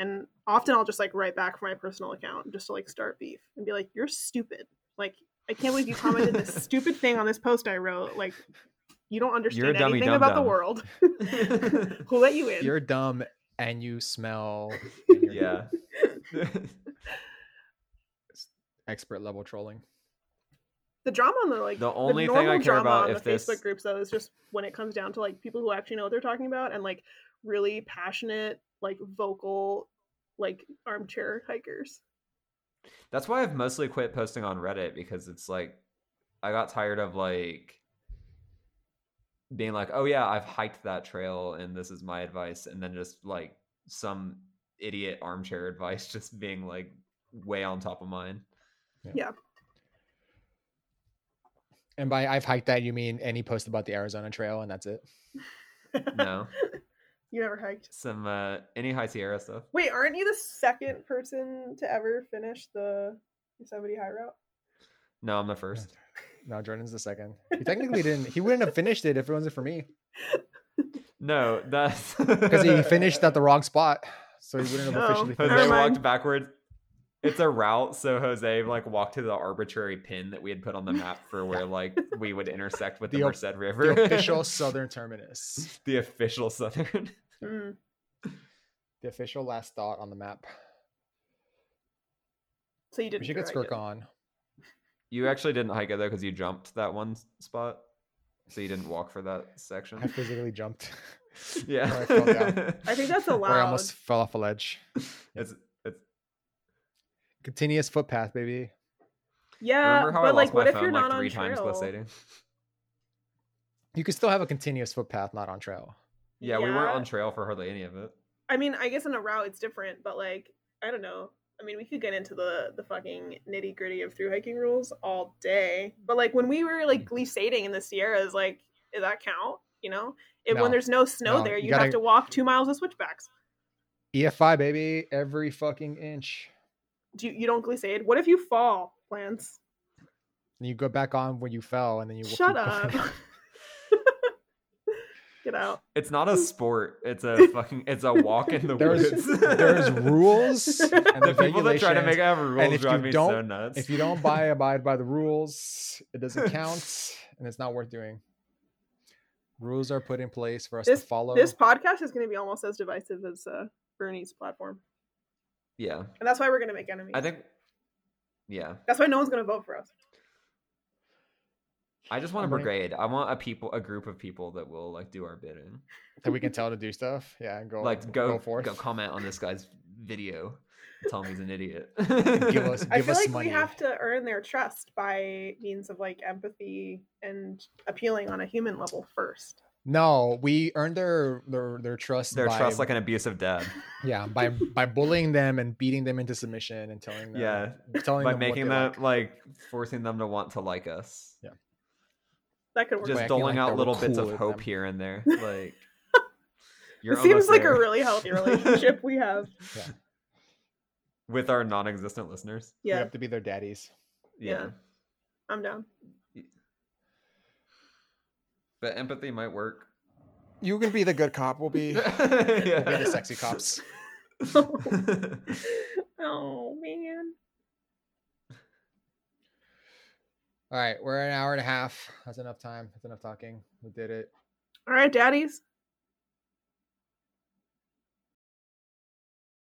S3: And often I'll just like write back for my personal account just to like start beef and be like, You're stupid. Like I can't believe you commented this stupid thing on this post I wrote. Like you don't understand
S1: dummy
S3: anything about the
S1: dum-dum."
S3: world. Who let you in?
S2: You're dumb and you smell
S1: yeah.
S2: expert level trolling.
S3: the drama on the like
S1: The only thing I
S3: normal
S1: care
S3: drama
S1: about
S3: on
S1: if
S3: the
S1: this-
S3: Facebook groups though is just when it comes down to like people who actually know what they're talking about and like really passionate like vocal like armchair hikers.
S1: That's why I've mostly quit posting on Reddit because it's like I got tired of like being like, "Oh yeah, I've hiked that trail and this is my advice," and then just like some idiot armchair advice just being like way on top of mine.
S2: And by I've hiked that, you mean any post about the Arizona Trail, and that's it.
S1: No.
S3: You never hiked.
S1: Some uh any high Sierra stuff.
S3: Wait, aren't you the second person to ever finish the Yosemite High Route?
S1: No, I'm the first.
S2: No, Jordan's the second. He technically didn't. He wouldn't have finished it if it wasn't for me
S1: No, that's
S2: because he finished at the wrong spot, so he wouldn't have
S3: Oh.
S2: officially
S3: Never
S1: Jose
S2: finished.
S3: mind.
S1: walked backwards. It's a route, so Jose like walked to the arbitrary pin that we had put on the map for where like we would intersect with the,
S2: The o-
S1: Merced River.
S2: the official southern terminus.
S1: the official southern.
S3: Mm.
S2: The official last dot on the map.
S3: So you didn't.
S2: We should get
S3: do it, I
S2: Skirk on.
S1: You actually didn't hike it though because you jumped that one s- spot, so you didn't walk for that
S2: I
S1: section.
S2: physically jumped. Or I fell down.
S1: Yeah,
S3: I think Uh, that's
S2: Or I
S3: allowed.
S2: almost fell off a ledge.
S1: it's it's.
S2: Continuous footpath, baby.
S3: Yeah,
S1: Remember how I
S3: but
S1: lost
S3: like,
S1: my
S3: what if
S1: phone
S3: you're not
S1: like three
S3: on
S1: times while
S3: trail?
S1: stating?
S2: You can still have a continuous footpath, not on trail.
S1: Yeah, we weren't
S3: Yeah.
S1: on trail for hardly any of it.
S3: I mean, I guess in a route it's different, but like, I don't know. I mean, we could get into the the fucking nitty gritty of through hiking rules all day, but like when we were
S2: Mm.
S3: like glissading in the Sierras, like, does that count? You know, if
S2: No.
S3: when there's no snow
S2: No,
S3: there,
S2: you
S3: you
S2: gotta-
S3: have to walk two miles of switchbacks.
S2: EFI, E baby. Every fucking inch.
S3: Do you, you don't glissade? What if you fall, Lance?
S2: And you go back on when you fell, and then you
S3: Shut
S2: keep
S3: up.
S2: going.
S3: Get out.
S1: It's not a sport. It's a fucking. It's a walk in the
S2: There's-
S1: woods.
S2: There's rules and
S1: the people that try to make
S2: regulations.
S1: up rules
S2: if
S1: drive
S2: you
S1: me so
S2: don't-
S1: nuts.
S2: If you don't buy abide by the rules, it doesn't count, and it's not worth doing. Rules are put in place for us
S3: This-
S2: to follow.
S3: This podcast is going to be almost as divisive as uh, Bernie's platform,
S1: yeah,
S3: and that's why we're going to make enemies.
S1: I think. Yeah,
S3: that's why no one's going to vote for us.
S1: I just want a
S2: I'm running-
S1: brigade. I want a people, a group of people that will like do our bidding.
S2: that we can tell to do stuff. Yeah, go
S1: like go
S2: go forth.
S1: go comment on this guy's video. Tommy's an idiot.
S2: Give us-
S3: I
S2: Give
S3: feel like
S2: money.
S3: we have to earn their trust by means of like empathy and appealing on a human level first.
S2: No, we earned their their, their trust.
S1: their
S2: by,
S1: trust like an abusive dad.
S2: yeah, by by bullying them and beating them into submission and telling them
S1: Yeah,
S2: telling
S1: by
S2: them what
S1: making
S2: they
S1: them
S2: like.
S1: like forcing them to want to like us.
S3: That could work.
S2: By
S1: Just
S2: acting
S1: doling
S2: like
S1: out
S2: they're
S1: little bits
S2: cool
S1: of
S2: with
S1: hope
S2: them.
S1: here and there. Like
S3: it
S1: you're
S3: seems
S1: almost
S3: like
S1: there
S3: a really healthy relationship we have.
S1: with our non-existent listeners.
S2: We
S3: Yeah,
S2: have to be their daddies.
S1: Yeah.
S3: Yeah. I'm down.
S1: But empathy might work.
S2: You can be the good cop. We'll be we'll be
S1: yeah.
S2: the sexy cops.
S3: oh man.
S2: All right, we're an hour and a half. That's enough time. That's enough talking. We did it.
S3: All right, daddies.